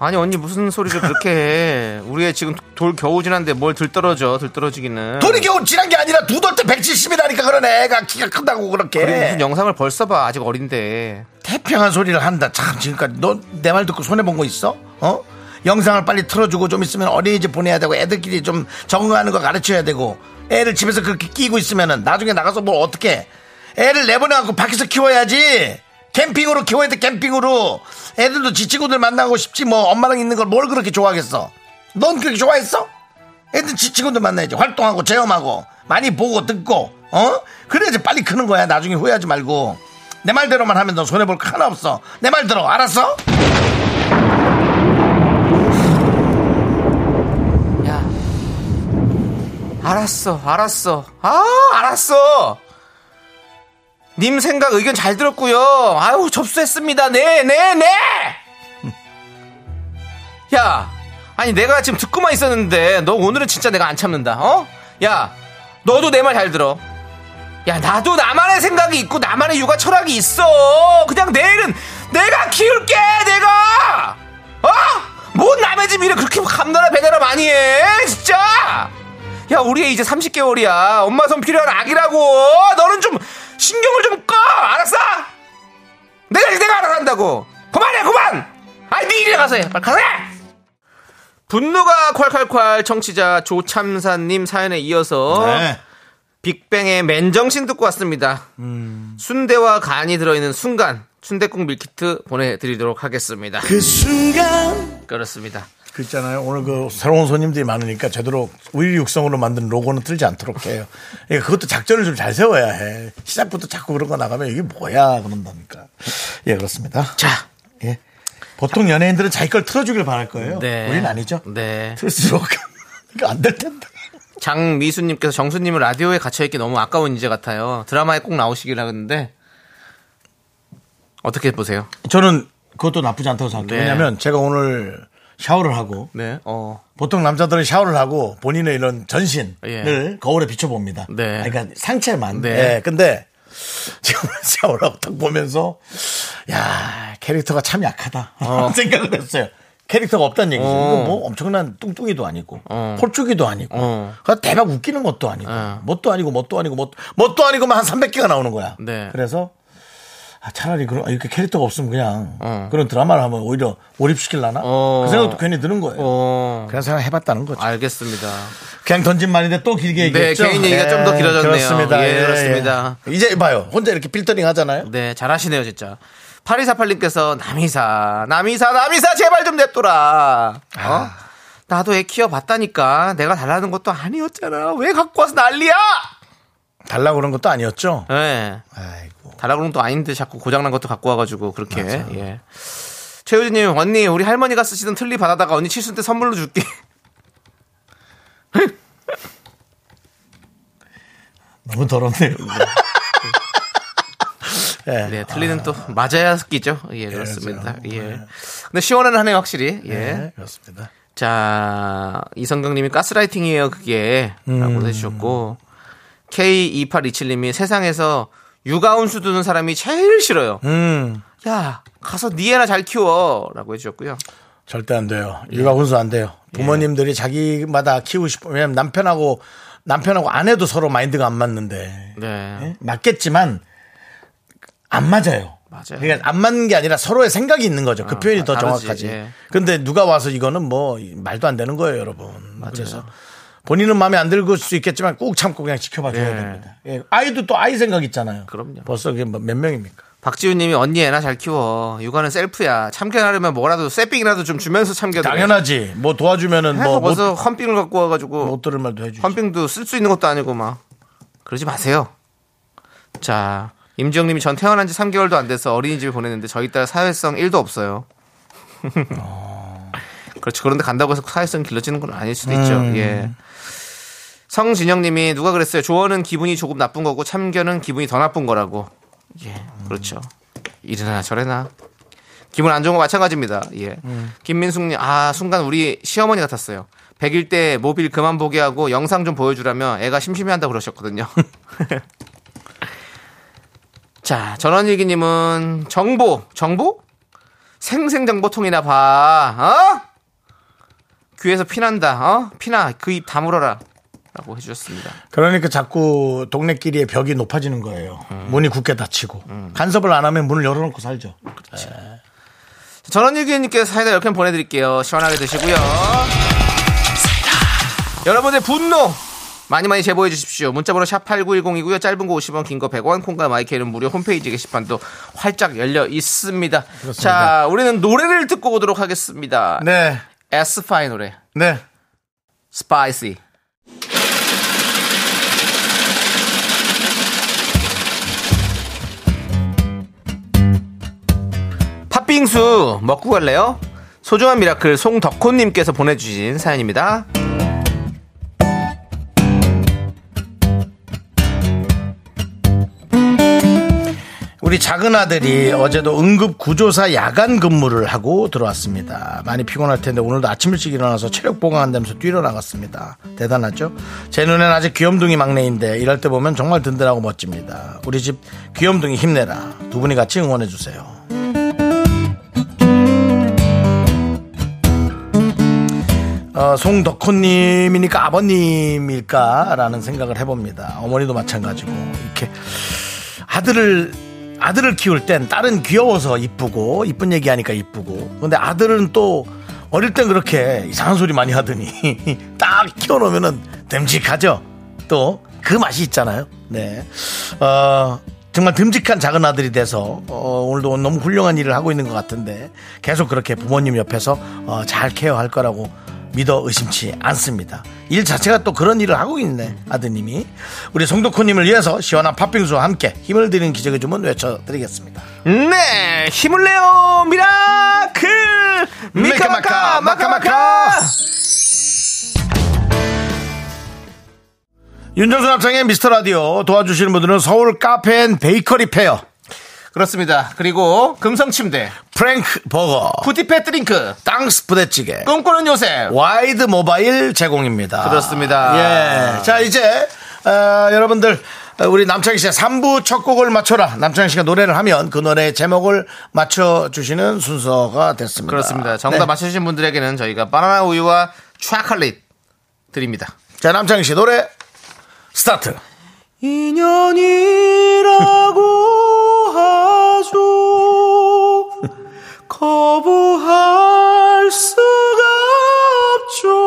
아니 언니 무슨 소리를 그렇게 해? 우리 애 지금 돌 겨우 지났는데 뭘 들떨어져 들떨어지기는.
돌이 겨우 지난 게 아니라 두 돌 때 170이라니까 그러네. 애가 키가 크다고
그리고
그렇게.
무슨 영상을 벌써 봐 아직 어린데.
태평한 소리를 한다. 참 지금까지 너 내 말 듣고 손해 본 거 있어? 어? 영상을 빨리 틀어주고 좀 있으면 어린이집 보내야 되고 애들끼리 좀 적응하는 거 가르쳐야 되고 애를 집에서 그렇게 끼고 있으면은 나중에 나가서 뭘 어떻게 애를 내보내갖고 밖에서 키워야지 캠핑으로 키워야 돼 캠핑으로 애들도 지 친구들 만나고 싶지 뭐 엄마랑 있는 걸 뭘 그렇게 좋아하겠어 넌 그렇게 좋아했어? 애들 지 친구들 만나야지 활동하고 체험하고 많이 보고 듣고 어 그래야지 빨리 크는 거야 나중에 후회하지 말고 내 말대로만 하면 너 손해볼 거 하나 없어 내 말 들어 알았어
야, 알았어, 알았어, 아, 알았어. 님 생각 의견 잘 들었고요. 아유 접수했습니다. 네, 네, 네. 야, 아니 내가 지금 듣고만 있었는데 너 오늘은 진짜 내가 안 참는다. 어? 야, 너도 내 말 잘 들어. 야, 나도 나만의 생각이 있고 나만의 육아 철학이 있어. 그냥 내일은 내가 키울게 내가 어? 뭐 남의 집 일을 그렇게 감나라 배나라 많이 해 진짜 야 우리 애 이제 30개월이야 엄마 손 필요한 아기라고 너는 좀 신경을 좀 꺼 알았어 내가 내가 알아서 한다고 그만해 그만 아니 네 일이나 가서 해 빨리 가서 해 분노가 콸콸콸 청취자 조참사님 사연에 이어서
네.
빅뱅의 맨정신 듣고 왔습니다.
음.
순대와 간이 들어있는 순간 순대국 밀키트 보내드리도록 하겠습니다.
그 순간
그렇습니다.
그 있잖아요. 오늘 그 새로운 손님들이 많으니까 제대로 우유 육성으로 만든 로고는 틀지 않도록 해요. 그러니까 그것도 작전을 좀 잘 세워야 해. 시작부터 자꾸 그런 거 나가면 이게 뭐야 그런다니까. 예 그렇습니다.
자,
예. 보통 연예인들은 자기 걸 틀어주길 바랄 거예요.
네.
우리는 아니죠.
네.
틀수록 그러니까 안 될 텐데.
장미수님께서 정수님을 라디오에 갇혀있기 너무 아까운 인재 같아요. 드라마에 꼭 나오시길 하는데 어떻게 보세요?
저는 그것도 나쁘지 않다고 생각해요.
네.
왜냐하면 제가 오늘 샤워를 하고
네, 어,
보통 남자들은 샤워를 하고 본인의 이런 전신을
예.
거울에 비춰봅니다.
네.
아니, 그러니까 상체만.
네.
예, 근데 지금 샤워를 하고 딱 보면서 야 캐릭터가 참 약하다 생각을 했어요. 캐릭터가 없다는 얘기죠. 이거 뭐 엄청난 뚱뚱이도 아니고 폴쭉이도 아니고
어.
그러니까 대박 웃기는 것도 아니고
어.
뭣도 아니고 뭣도 아니고 뭣, 뭣도 아니고만 한 300개가 나오는 거야.
네.
그래서 아, 차라리 그런 이렇게 캐릭터가 없으면 그냥
어.
그런 드라마를 하면 오히려 몰입시킬라나
어.
그 생각도 괜히 드는 거예요.
어,
그런 생각 해봤다는 거죠. 아,
알겠습니다.
그냥 던진 말인데 또 길게 얘기했죠.
네, 개인 얘기가 좀더 길어졌네요.
그렇습니다.
예, 그렇습니다.
예. 이제 봐요. 혼자 이렇게 필터링 하잖아요.
네, 잘하시네요, 진짜. 8248님께서 남이사, 남이사, 남이사 제발 좀 냅둬라. 어? 나도 애 키워봤다니까 내가 달라는 것도 아니었잖아. 왜 갖고 와서 난리야?
달라고 그런 것도 아니었죠.
예.
아이고.
달라고는 또 아닌데 자꾸 고장난 것도 갖고 와가지고 그렇게. 예. 최효진님 언니 우리 할머니가 쓰시던 틀니 받아다가 언니 칠순 때 선물로 줄게.
너무 더럽네요. 예.
네, 틀니는 또 맞아야 끼죠. 예, 그렇습니다. 예. 근데 시원한 한 해 확실히. 예.
예, 그렇습니다.
자, 이성경님이 가스라이팅이에요, 그게.
음.
라고 해주셨고, K2827님이 세상에서 육아운수 두는 사람이 제일 싫어요.
음,
야, 가서 니 애나 잘 키워. 라고 해주셨고요.
절대 안 돼요. 육아 혼수 안 돼요. 부모님들이 자기마다 키우고 싶어. 왜냐면 남편하고 남편하고 아내도 서로 마인드가 안 맞는데
네.
예? 맞겠지만 안 맞아요.
맞아요. 아,
그러니까 안 맞는 게 아니라 서로의 생각이 있는 거죠. 그 표현이 더
다르지,
정확하지.
예.
근데 누가 와서 이거는 뭐 말도 안 되는 거예요, 여러분. 그래서 본인은 마음에 안 들고 수 있겠지만 꾹 참고 그냥 지켜봐 줘야
예.
됩니다. 예. 아이도 또 아이 생각 있잖아요.
그럼요.
벌써 그게 뭐몇 명입니까?
박지훈님이 언니 애나 잘 키워. 육아는 셀프야. 참견하려면 뭐라도 쇠빙이라도 좀 주면서 참견.
당연하지. 뭐 도와주면은
해서
뭐
네, 벌써
못
헌빙을 갖고 와가지고.
들을 말도 해주지.
헌빙도 쓸 수 있는 것도 아니고 막 그러지 마세요. 자, 임지영님이 전 태어난 지 3개월도 안 돼서 어린이집에 보냈는데 저희 딸 사회성 1도 없어요.
아.
그렇죠. 그런데 간다고 해서 사회성 길러지는 건 아닐 수도 있죠.
음.
예. 성진영님이 누가 그랬어요? 조언은 기분이 조금 나쁜 거고 참견은 기분이 더 나쁜 거라고. 예, 그렇죠. 이래나 저래나 기분 안 좋은 거 마찬가지입니다. 예. 김민숙님, 아, 순간 우리 시어머니 같았어요. 100일 때 모빌 그만 보게 하고 영상 좀 보여주라며 애가 심심해 한다고 그러셨거든요. 자, 전원일기님은 정보, 정보? 생생정보통이나 봐, 어? 귀에서 피난다, 어? 피나, 그 입 다물어라. 라고 해주셨습니다.
그러니까 자꾸 동네끼리의 벽이 높아지는 거예요.
음.
문이 굳게 닫히고 간섭을 안 하면 문을 열어놓고 살죠.
전원일기님께서 사이다 열캔 보내드릴게요. 시원하게 드시고요. 여러분의 분노 많이 많이 제보해 주십시오. 문자번호 샵 8910이고요. 짧은 거 50원, 긴 거 100원, 콩과 마이크는 무료 홈페이지 게시판도 활짝 열려 있습니다. 자, 우리는 노래를 듣고 오도록 하겠습니다.
네,
에스파의 노래.
네.
스파이시. 팥빙수 먹고 갈래요? 소중한 미라클 송덕호님께서 보내주신 사연입니다.
우리 작은 아들이 어제도 응급 구조사 야간 근무를 하고 들어왔습니다. 많이 피곤할 텐데 오늘도 아침 일찍 일어나서 체력 보강한다면서 뛰러 나갔습니다. 대단하죠? 제 눈엔 아직 귀염둥이 막내인데 이럴 때 보면 정말 든든하고 멋집니다. 우리 집 귀염둥이 힘내라. 두 분이 같이 응원해 주세요. 어, 송덕호님이니까 아버님일까라는 생각을 해봅니다. 어머니도 마찬가지고 이렇게 아들을 아들을 키울 땐 딸은 귀여워서 이쁘고 이쁜 얘기하니까 이쁘고 근데 아들은 또 어릴 땐 그렇게 이상한 소리 많이 하더니 딱 키워놓으면은 듬직하죠. 또 그 맛이 있잖아요. 네, 어, 정말 듬직한 작은 아들이 돼서 어, 오늘도 너무 훌륭한 일을 하고 있는 것 같은데 계속 그렇게 부모님 옆에서 어, 잘 케어할 거라고 믿어 의심치 않습니다. 일 자체가 또 그런 일을 하고 있네 아드님이 우리 송덕호님을 위해서 시원한 팥빙수와 함께 힘을 드리는 기적의 주문 외쳐드리겠습니다.
네, 힘을 내요, 미라클! 미카마카, 마카마카!
윤정수 남창의 미스터 라디오 도와주시는 분들은 서울 카페앤 베이커리 페어
그렇습니다. 그리고 금성침대,
프랭크 버거
푸티패 드링크,
땅스 부대찌개
꿈꾸는 요새,
와이드 모바일 제공입니다.
그렇습니다.
예. 자, 이제, 어, 여러분들, 어, 우리 남창희 씨의 3부 첫 곡을 맞춰라. 남창희 씨가 노래를 하면 그 노래의 제목을 맞춰주시는 순서가 됐습니다.
그렇습니다. 정답
네.
맞춰주신 분들에게는 저희가 바나나 우유와 초콜릿 드립니다.
자, 남창희 씨 노래, 스타트.
인연이라고 하죠. 거부할 수가 없죠.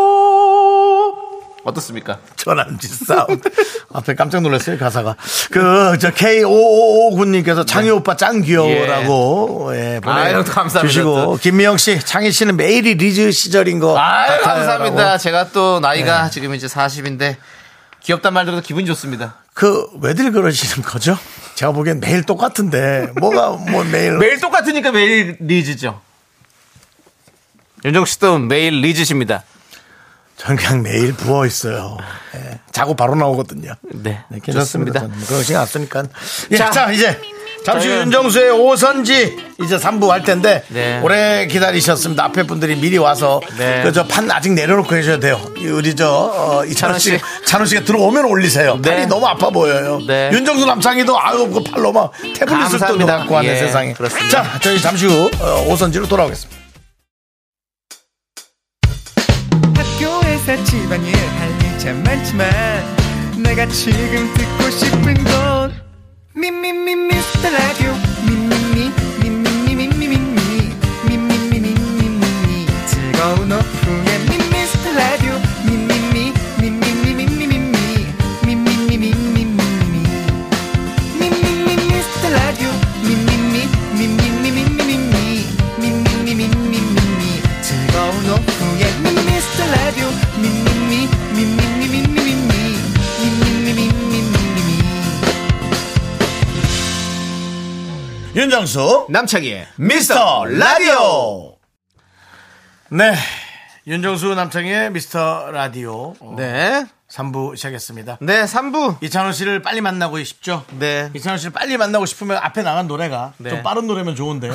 어떻습니까?
전함지 사운드. 앞에 깜짝 놀랐어요, 가사가. 그, 저, K5559님께서 창희 오빠 짱 귀여워라고, 예,
아유, 감사합니다.
보내주시고. 김미영 씨, 창희 씨는 메일이 리즈 시절인 거.
아유,
같아요라고.
감사합니다. 제가 또 나이가 지금 이제 40인데 귀엽단 말 들어도 기분이 좋습니다.
그 왜들 그러시는 거죠? 제가 보기엔 매일 똑같은데 뭐가 뭐 매일
매일 똑같으니까 매일 리즈죠. 윤정 씨도 매일 리즈십니다.
전 그냥 매일 부어 있어요. 예, 자고 바로 나오거든요.
네,
네,
좋습니다.
괜찮습니다. 그러지 않았으니까. 예,
자,
자, 이제 잠시
저희는-
윤정수의 오선지 이제 3부 할 텐데
네.
오래 기다리셨습니다. 앞에 분들이 미리 와서
네.
그 저 판 아직 내려놓고 해줘야 돼요. 이 우리 저 어, 이찬호
찬호 씨.
씨, 찬호 씨가 들어오면 올리세요.
네.
팔이 너무 아파 보여요.
네.
윤정수 남창이도 아유 그 팔로 막 태블릿을 또
감사합니다.
갖고 왔네
예,
세상에.
그렇습니다.
자, 저희 잠시 후 어, 오선지로 돌아오겠습니다.
학교에서 집안일 할 일 참 많지만 내가 지금 듣고 싶은 건 미미미 미스터 라디오 미미미 미미미 미미미 미미미 미미미 즐거운 오후에 미스터 라디오 미미미 미미미 미미미 미미미 미미미 미미미 미스터 라디오 미미미 미미미 미미미 미미미 미미미 즐거운 오후에 미스터 라디오 미미미 미미미 미미미 미미미 미미미
윤정수
남창희의
미스터 라디오. 네. 윤정수 남창의 미스터 라디오
네.
3부 시작했습니다.
네, 3부.
이찬호 씨를 빨리 만나고 싶죠?
네.
이찬호 씨를 빨리 만나고 싶으면 앞에 나간 노래가
네.
좀 빠른 노래면 좋은데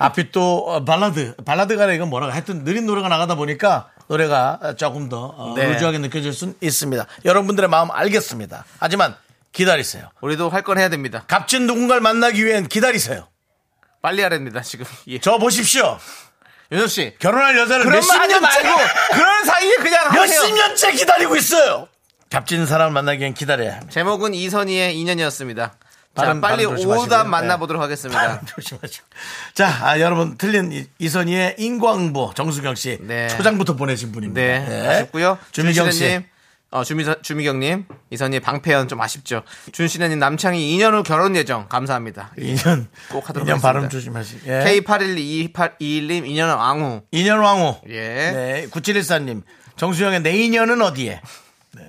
앞이 또 어, 발라드 발라드가 이건 뭐라고 하여튼 느린 노래가 나가다 보니까 노래가 조금 더 어,
네.
루즈하게 느껴질 순 있습니다. 여러분들의 마음 알겠습니다. 하지만 기다리세요.
우리도 할 건 해야 됩니다.
값진 누군가를 만나기 위한 기다리세요.
빨리 하랍니다, 지금. 예.
저 보십시오.
윤정 씨.
결혼할 여자를
그런
몇십
말 하지
년째
말고 그런 사이에 그냥 하세요.
몇십 년째 기다리고 있어요. 값진 사람을 만나기엔 기다려야 합니다.
제목은 이선희의 인연이었습니다.
발음,
자, 빨리
발음 조심하시고요.
오답
네.
만나보도록 하겠습니다.
조심하시고. 자, 아, 여러분 틀린 이- 이선희의 인광보 정수경 씨
네.
초장부터 보내신 분입니다.
네,
네.
아쉽고요.
주미경 씨.
준신혜님, 어, 주미, 주미경님, 이선희의 방패연 좀 아쉽죠. 준신혜님, 남창희 2년 후 결혼 예정. 감사합니다.
2년
꼭 하도록
2년
하겠습니다.
발음 조심하시고. 예.
K812221님, 2년 후 왕후.
2년 왕후.
예.
네. 9714님. 정수영의 내 인연은 어디에? 네.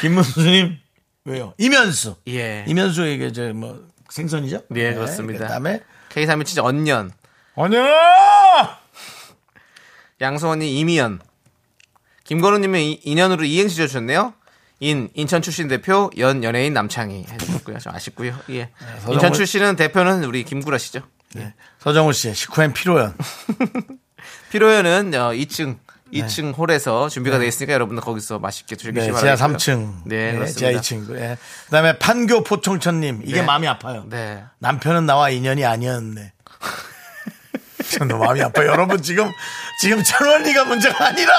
김문수님. 왜요? 이면수.
예.
이면수에게 이제 뭐 생선이죠? 네,
예, 그렇습니다.
그다음에
K317 언년.
아니야!
양소원이 이미연. 김건우님이 2년으로 이행시 주셨네요. 인 인천 출신 대표 연 연예인 남창희 해주셨고요. 좀 아쉽고요. 예.
네, 서정훈-
인천 출신은 대표는 우리 김구라 씨죠.
네. 서정우 씨의 식후엔 피로연.
피로연은 어, 2층 2층 홀에서 준비가 되어 있으니까 여러분들 거기서 맛있게
네,
즐기시면
지하 3층.
네,
지하
그렇습니다.
2층. 예. 그다음에 판교 포청천님 이게
네.
마음이 아파요.
네.
남편은 나와 인연이 아니었네. 참 너무 마음이 아파요. 여러분 지금 지금 천원리가 문제가 아니라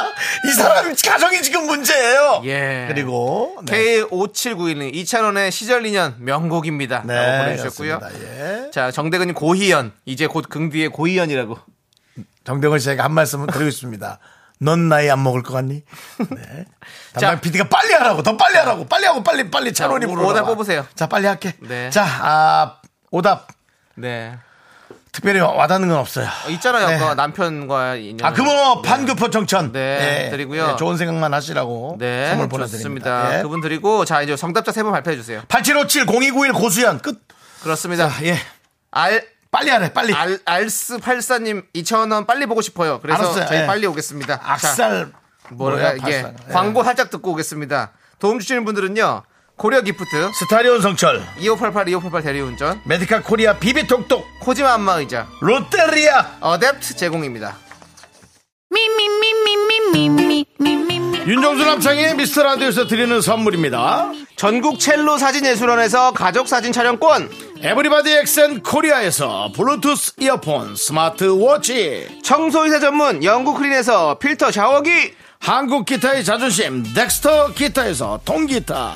이 사람 가정이 지금 문제예요.
네. 예.
그리고 네.
K5791님 이찬원의 시절 인연 명곡입니다.
네,
라고 보내주셨고요.
그렇습니다. 예.
자 정대근님 고희연 이제 곧 긍디의 고희연이라고.
정대건 씨에게 한 말씀을 드리고 있습니다. 넌 나이 안 먹을 것 같니? 네. 담당
자.
PD가 빨리 하라고, 더 빨리 하라고, 빨리 하고, 빨리, 빨리 차로리
자, 오-
부르라.
오답 뽑으세요.
자, 빨리 할게.
네.
자, 아, 오답.
네.
특별히 와닿는 건 없어요.
어, 있잖아요.
네.
아까 남편과 인연.
아, 금호 판교포 청천.
네,
예.
드리고요.
예, 좋은 생각만 하시라고
네.
선물
좋습니다.
보내드립니다. 예.
그분 드리고 자 이제 정답자 세 분 발표해 주세요.
8757 0291 고수연 끝.
그렇습니다.
예.
알
빨리 하래. 빨리.
알, 알스 84님 2,000원 빨리 보고 싶어요. 그래서
알았어요.
저희
예.
빨리 오겠습니다. 자,
악살
뭐야
박살.
이게
예.
광고 살짝 듣고 오겠습니다. 도움 주시는 분들은요. 고려 기프트,
예. 스타리온 성철
2588, 2588 대리운전,
메디카 코리아 비비톡톡
코지마 안마의자,
롯데리아
어댑트 제공입니다.
윤정수 남창의 미스터 라디오에서 드리는 선물입니다.
전국 첼로 사진예술원에서 가족 사진 촬영권,
에브리바디 엑센 코리아에서 블루투스 이어폰 스마트 워치
청소이사 전문 영국 크린에서 필터 샤워기,
한국 기타의 자존심 덱스터 기타에서 통기타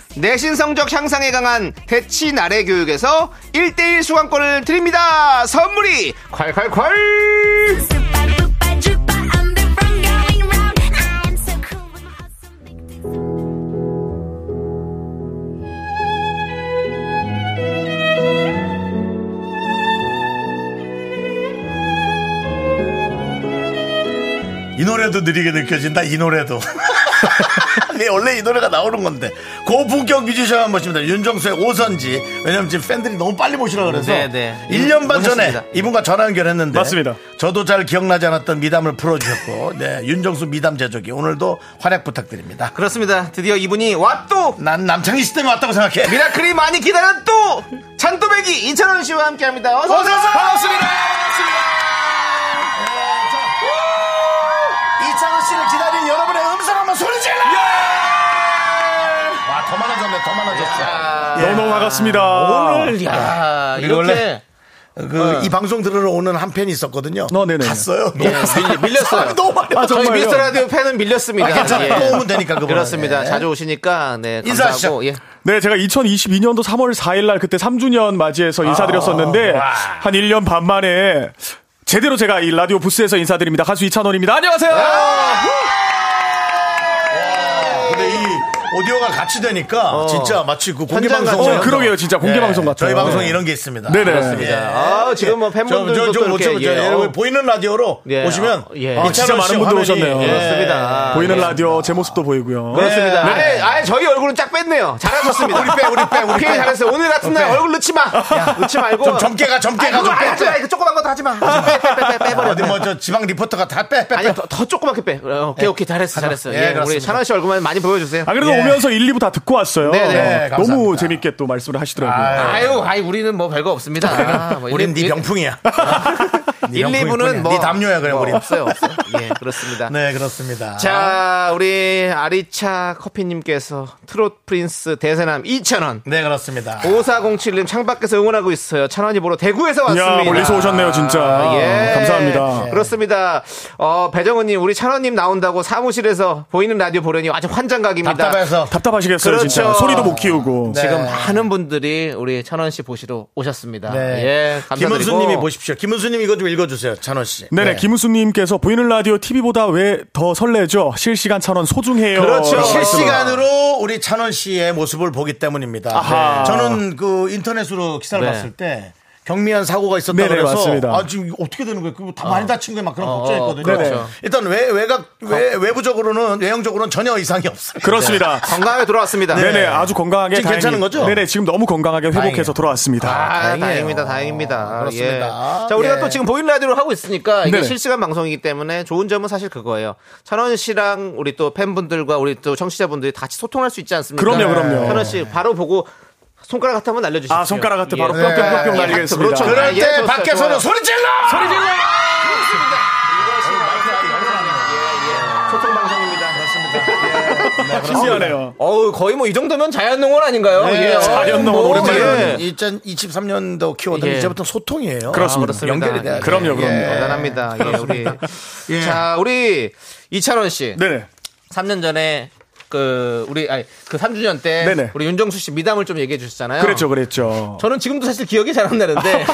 내신 성적 향상에 강한 대치 나래 교육에서 1대1 수강권을 드립니다. 선물이 콸콸콸!
이 노래도 느리게 느껴진다 이 노래도 네, 원래 이 노래가 나오는 건데 고품격 뮤지션 한 모십니다 윤정수의 오선지 왜냐면 지금 팬들이 너무 빨리 모시라 그래서
네, 네.
1년 반 전에
모셨습니다.
이분과 전화 연결했는데
맞습니다.
저도 잘 기억나지 않았던 미담을 풀어주셨고 네, 윤정수 미담 제조기 오늘도 활약 부탁드립니다
아, 그렇습니다. 드디어 이분이 왔또
난 남창희 시대에 왔다고 생각해
미라클이 많이 기다렸 또 잔또배기 이찬원 씨와 함께합니다. 어서
어서 오세요.
오세요.
반갑습니다. 이창호 씨를 기다린 여러분의 음성 한번 소리 질러 와 더 많아졌네 더 많아졌어
너무 반갑습니다.
오늘 야
그리고 원래
이렇게
그 이 방송 들으러 오는 한 팬이 있었거든요.
어, 네네.
갔어요. 너무
예, 밀- 밀렸어요.
사람이 너무 많이
아,
저희
정말요?
미스터 라디오 팬은 밀렸습니다.
아, 괜찮아요.
예.
또 오면 되니까, 그거는.
그렇습니다.
예.
자주 오시니까 네
인사하시죠.
감사하고 예.
네, 제가 2022년도 3월 4일 날 그때 3주년 맞이해서 인사드렸었는데
아,
한 1년 반 만에 제대로 제가 이 라디오 부스에서 인사드립니다. 가수 이찬원입니다. 안녕하세요.
근데 이 오디오가 같이 되니까 진짜 마치 그 공개
현장
방송
같죠?
어, 그러게요. 진짜 공개 방송 같아요.
저희 방송에 이런 게 있습니다.
네네.
그렇습니다. 예.
아, 지금 뭐 팬분들도
저, 저, 저,
또 이렇게,
저, 저,
예,
저, 여러분
어.
보이는 라디오로
예,
오시면
어, 예.
이찬원
아, 진짜
씨
많은 분들
화면이- 예.
오셨네요.
그렇습니다.
보이는 라디오 제 모습도 보이고요.
네. 그렇습니다.
네.
아예, 아예 저희 얼굴은 쫙 뺐네요. 잘하셨습니다. 우리 빼, 우리 빼, 우리 빼. 잘했어요. 오늘 같은 날 얼굴 넣지 마. 넣지 말고.
좀 젊게 가,
아,
젊게 가,
이거
좀
안 하지 마.
빼. 아.
이거 조그만 것도 하지 마. 빼, 빼, 빼, 빼, 빼버려.
어디 뭐저 지방 리포터가 다 빼, 빼, 빼.
아니, 더, 더 조그맣게 빼. 어, 오케이, 오케이. 잘했어, 잘했어.
예,
예, 우리
그렇습니다.
찬원 씨 얼굴만 많이 보여주세요.
아, 그래도
예.
오면서 1, 2부 다 듣고 왔어요.
네, 네.
어,
감사합니다.
너무 재밌게 또 말씀을 하시더라고요.
아유, 아이, 우리는 뭐 별거 없습니다. 뭐
우린
일-
네 명품이야.
1, 2부는 뭐.
네 담요야, 그래,
뭐
우린.
없어요, 없어요. 예, 그렇습니다.
네, 그렇습니다.
자, 우리 아리차 커피님께서 트롯 프린스 대세남 2,000원.
네, 그렇습니다.
5407님 창밖에서 응원하고 있어요. 찬원이 보러 대구에서 왔습니다.
이야, 멀리서 오셨네요, 진짜.
아, 예.
감사합니다.
그렇습니다. 어, 배정은님, 우리 찬원님 나온다고 사무실에서 보이는 라디오 보려니 아주 환장각입니다.
답답해서
답답하시겠어요,
그렇죠.
진짜. 소리도 못 키우고.
네.
지금 많은 분들이 우리 찬원 씨 보시러 오셨습니다. 예,
네.
감사드리고.
김은수님이 보십시오. 김은수님 이거 좀 읽어주세요, 찬원 씨.
네네, 김우수님께서 보이는 라디오 TV보다 왜 더 설레죠? 실시간 천원 소중해요.
그렇죠.
라고
어, 실시간으로 우리 찬원 씨의 모습을 보기 때문입니다.
아하.
저는 그 인터넷으로 기사를
네.
봤을 때 경미한 사고가 있었다
네네,
그래서
맞습니다.
아 지금 이거 어떻게 되는 거야? 그다 많이 다친 거야 막
어,
그런 걱정했거든요. 네.
그렇죠.
일단 외 외곽 외 외부적으로는 외형적으로는 전혀 이상이 없어요.
그렇습니다.
건강하게 돌아왔습니다.
네네, 아주 건강하게.
지금
다행히-
괜찮은 거죠?
네네, 지금 너무 건강하게 회복해서
다행이에요.
돌아왔습니다.
아,
다행이에요. 아,
다행입니다, 다행입니다.
그렇습니다.
예. 자, 우리가
예.
또 지금 보이는 라디오를 하고 있으니까 이게
아, 네네.
실시간 방송이기 때문에 좋은 점은 사실 그거예요. 천원 씨랑 우리 또 팬분들과 우리 또 청취자분들이 같이 소통할 수 있지 않습니까?
그럼요, 그럼요.
천원 씨 바로 보고 손가락 같아 한번 날려주시죠.
아, 손가락 같은 바로
예.
뿅뿅뿅뿅
예,
날리겠습니다.
그렇죠.
그럴
아,
그럴
예,
때
좋았어요,
밖에서는
좋아요.
소리 질러! 소리 질러!
소통 방송입니다.
신기하네요.
어우, 거의 뭐 이 정도면 자연농원 아닌가요?
네,
자연농원
뭐,
오랜만에
예.
하네요.
2023년도 키워드
예.
는 이제부터 소통이에요.
그렇습니다. 아, 그렇습니다.
연결이 돼야
예.
돼요.
그럼요, 그럼요.
예.
대단합니다. 예, 우리. 자, 우리 이찬원 씨.
네네.
3년 전에 그 우리 아니 그 3주년 때
네네. 그렇죠,
우리 윤정수 씨 미담을 좀 얘기해 주셨잖아요.
그랬죠, 그랬죠.
저는 지금도 사실 기억이 잘 안 나는데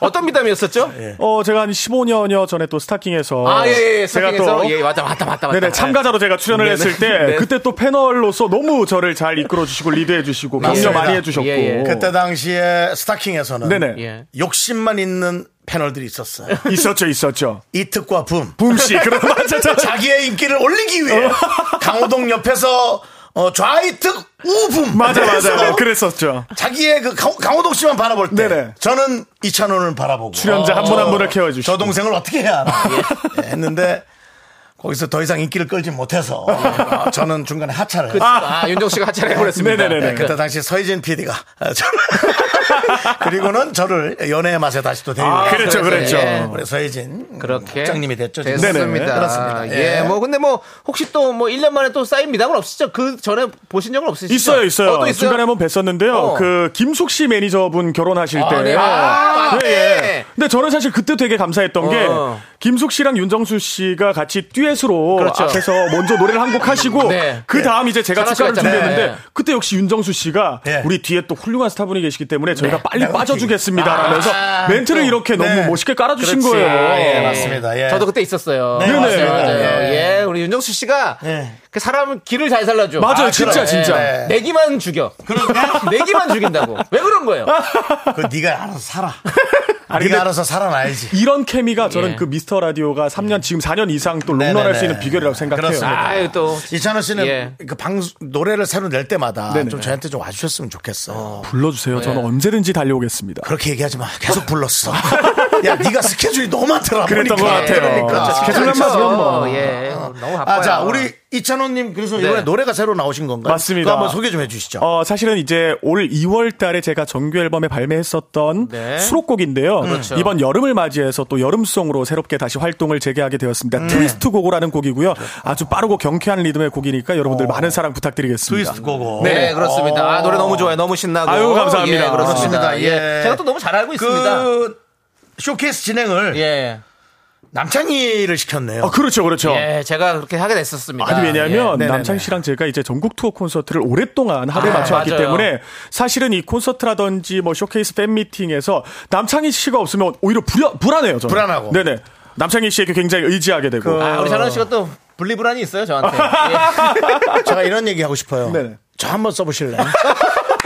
어떤 미담이었었죠?
어, 제가 한 15년여 전에 또 스타킹에서.
아, 예, 예, 예.
어, 제가
스타킹에서?
또.
예, 맞다, 맞다, 맞다, 맞다.
네네, 참가자로 제가 출연을
네네.
했을 때,
네.
그때 또 패널로서 너무 저를 잘 이끌어주시고, 리드해주시고, 격려
맞습니다.
많이 해주셨고.
예, 예.
그때 당시에 스타킹에서는
네네.
예.
욕심만 있는 패널들이 있었어요.
있었죠, 있었죠.
이특과 붐.
붐씨, 어. 그런 맞아,
자기의 인기를 올리기 위해 강호동 옆에서 어, 좌이특 우붐
맞아, 맞아.
그래서
그랬었죠.
자기의 그 강- 강호동 씨만 바라볼 때
네네.
저는 이찬원을 바라보고
출연자
아,
한 분 한 분을 케어해주시고.
저 동생을 어떻게 해야 하나 예, 했는데 거기서 더 이상 인기를 끌지 못해서 어, 저는 중간에 하차를 했어요.
아, 윤정수 씨가 하차를 해버렸습니다.
아. 그, 네네네네.
네, 그때 당시 서희진 PD가 저를 그리고는 저를 연애의 맛에 다시 또 데리고
아, 그랬죠,
그래서,
그랬죠.
예.
우리 서희진
그렇게
국장님이 됐죠. 지금.
네네.
됐습니다.
그렇습니다.
예.
예.
뭐 근데 뭐 혹시 또 뭐 1년 만에 또 쌓인 미담은 없으시죠? 그 전에 보신 적은 없으시죠?
있어요, 있어요.
어, 또 있어요?
중간에 한번 뵀었는데요.
어.
그 김숙 씨 매니저분 결혼하실 때. 예,
네. 아, 맞네.
근데 저는 사실 그때 되게 감사했던 게
어.
김숙 씨랑 윤정수 씨가 같이 듀엣으로
그렇죠.
앞에서 먼저 노래를 한 곡 하시고
네.
그 다음 이제 제가
찬호
축가를
씨가 있잖아요.
준비했는데
네. 예.
그때 역시 윤정수 씨가
네.
우리 뒤에 또 훌륭한 스타분이 계시기 때문에 저희가 빨리
내가
빠져주겠습니다.
네. 아,
라면서 멘트를
또.
이렇게
네.
너무 멋있게 깔아주신
그렇지.
그렇죠. 거예요.
아,
예, 맞습니다. 예.
저도 그때 있었어요.
네,
맞아요,
네네.
맞아요.
예.
예, 우리 윤정수 씨가
예.
그 사람 길을 잘 살려줘.
맞아요,
아,
진짜,
그럼.
진짜. 그러니까?
예. 내기만 죽여. 내기만 죽인다고. 왜 그런 거예요?
아,
그 네가 알아서 살아.
아니,
네가
근데-
알아서 살아나야지.
이런 케미가 저는
예.
그 미스터 라디오가 3년 지금 4년 이상 또 롱런할
네네네. 예,
수 있는 비결이라고 생각해요.
그렇습니다.
아유 또
이찬호 씨는
예.
그 방송 노래를 새로 낼 때마다
네네.
좀 저한테 좀 와주셨으면 좋겠어. 요
네.
불러주세요. 저는 언제든지 달려오겠습니다.
그렇게 얘기하지 마. 계속 불렀어. 야, 네가 스케줄이 너무 많더라.
그랬던
보니까.
것 같아요.
그러니까.
아,
진짜.
계속 한번 하세요, 뭐.
예, 너무 바빠요.
아, 자, 우리 이찬호님 그래서
네.
이번에 노래가 새로 나오신 건가요?
맞습니다.
그거 한번 소개 좀 해주시죠.
어, 사실은 이제 올 2월 달에 제가 정규 앨범에 발매했었던
네.
수록곡인데요.
그렇죠.
이번 여름을 맞이해서 또 여름송으로 새롭게 다시 활동을 재개하게 되었습니다.
음.
트위스트 고고라는 곡이고요.
그렇죠.
아주 빠르고 경쾌한 리듬의 곡이니까 여러분들 많은 사랑 부탁드리겠습니다.
트위스트 고고.
네, 그렇습니다. 아, 노래 너무 좋아요. 너무 신나고.
아유, 감사합니다.
예, 그렇습니다.
그렇습니다.
예.
예.
제가 또 너무 잘 알고 있습니다.
그 쇼케이스 진행을
예.
남창희를 시켰네요.
아, 그렇죠, 그렇죠.
예, 제가 그렇게 하게 됐었습니다.
아니 왜냐하면
네네네.
남창 씨랑 제가 이제 전국 투어 콘서트를 오랫동안 하루에 맞춰 왔기
맞아요.
때문에 사실은 이 콘서트라든지 뭐 쇼케이스 팬 미팅에서 남창희 씨가 없으면 오히려 불여, 불안해요. 저는.
불안하고.
네네. 남창희 씨에게 굉장히 의지하게 되고.
예. 아, 우리 장원 씨가 또 분리불안이 있어요, 저한테. 예.
제가 이런 얘기 하고 싶어요.
네네.
저 한번 써보실래요?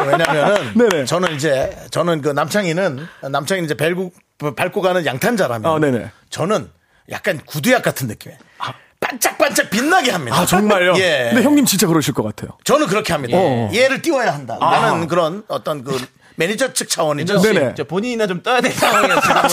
왜냐면은
네네.
저는 이제 저는 그 남창희는 남창희는 이제 밟고, 밟고 가는 양탄자라면
아, 네네.
저는 약간 구두약 같은 느낌에 반짝반짝 빛나게 합니다.
아 정말요?
예.
근데 형님 진짜 그러실 것 같아요.
저는 그렇게 합니다.
예.
얘를 띄워야 한다. 나는 그런 어떤 그 매니저 측 차원이죠. 예.
혹시
네네.
저 본인이나 좀 떠야 될 상황이에요. 차라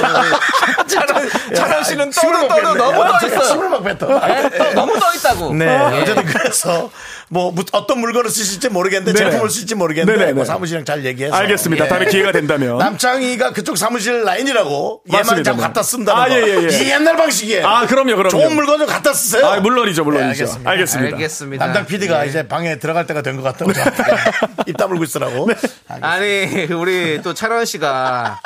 차라
아,
씨는 떠도 떠도 너무 떠 있어.
숨을 막 뱉어.
예, 너무 떠 있다고.
네.
아.
예.
아, 어쨌든 그래서 뭐 무- 어떤 물건을 쓰실지 모르겠는데
네네.
제품을 쓰실지 모르겠는데
네네네.
뭐 사무실이랑 잘 얘기해서
알겠습니다.
예.
다음에 기회가 된다면.
남창희가 그쪽 사무실 라인이라고 얘만
어? 맞습니다.
좀 갖다 쓴다는
아,
거.
예, 예, 예.
이게 옛날 방식이에요.
아, 그럼요, 그럼요.
좋은 물건 좀 갖다 쓰세요.
아 물론이죠, 물론이죠.
네,
알겠습니다.
알겠습니다.
알겠습니다. 예.
담당 PD가 이제 방에 들어갈 때가 된 것 같다고
네.
저한테 입 다물고 있으라고. 알겠습니다.
아니 우리 또 차라은 씨가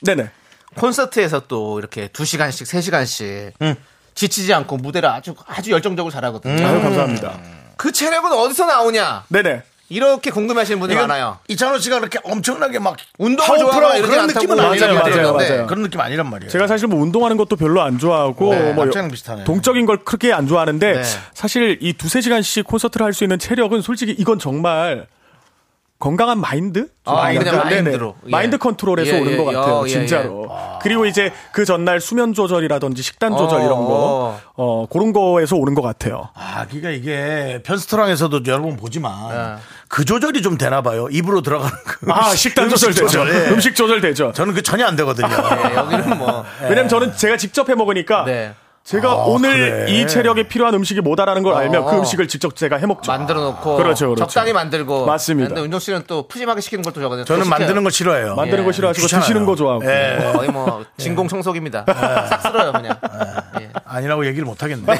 네네.
콘서트에서 또 이렇게 2시간씩, 3시간씩
음.
지치지 않고 무대를 아주 아주 열정적으로 잘하거든요.
아유 감사합니다.
그 체력은 어디서 나오냐?
음. 네네.
이렇게 궁금해 하시는 분이
이건
많아요.
이찬호 씨가 그렇게 엄청나게 막
운동을
파워풀하고
좋아하거나 이러지
그런
않다고
느낌은 아니란
맞아요,
말이에요.
맞아요, 맞아요.
그런 느낌 아니란 말이에요.
제가 사실 뭐 운동하는 것도 별로 안 좋아하고
네,
뭐
남자랑 비슷하네요.
동적인 걸 그렇게 안 좋아하는데
네.
사실 이 두세 시간씩 콘서트를 할 수 있는 체력은 솔직히 이건 정말 건강한 마인드?
아,
약간,
그냥
네네.
마인드로. 예.
마인드 컨트롤에서
예,
오는
예,
것 같아요,
예, 예,
진짜로. 그리고 이제 그 전날 수면 조절이라든지 식단 조절 이런 거, 어, 그런 거에서 오는 것 같아요.
아, 그러니까 이게 편스토랑에서도 여러분
예.
보지만 그 조절이 좀 되나 봐요. 입으로 들어가는 그
아, 식단 조절 되죠.
예.
음식 조절 되죠.
저는 그 전혀 안 되거든요.
네, 여기는 뭐.
왜냐면 저는 제가 직접 해 먹으니까
네.
제가 오늘
아, 그래.
이 체력에 필요한 음식이 뭐다라는 걸 알면
어.
그 음식을 직접 제가 해 먹죠.
만들어 놓고
그렇죠, 그렇죠.
적당히 만들고
맞습니다.
근데 윤정 씨는 또 푸짐하게 시키는 걸또 좋아하거든요.
저는 만드는 거 싫어해요.
만드는
예.
거 싫어하시고
귀찮아요.
드시는 거 좋아하고.
예.
거 거의 뭐 진공 청소기입니다. 싹 쓸어요 그냥. 예.
아니라고 얘기를 못 하겠네.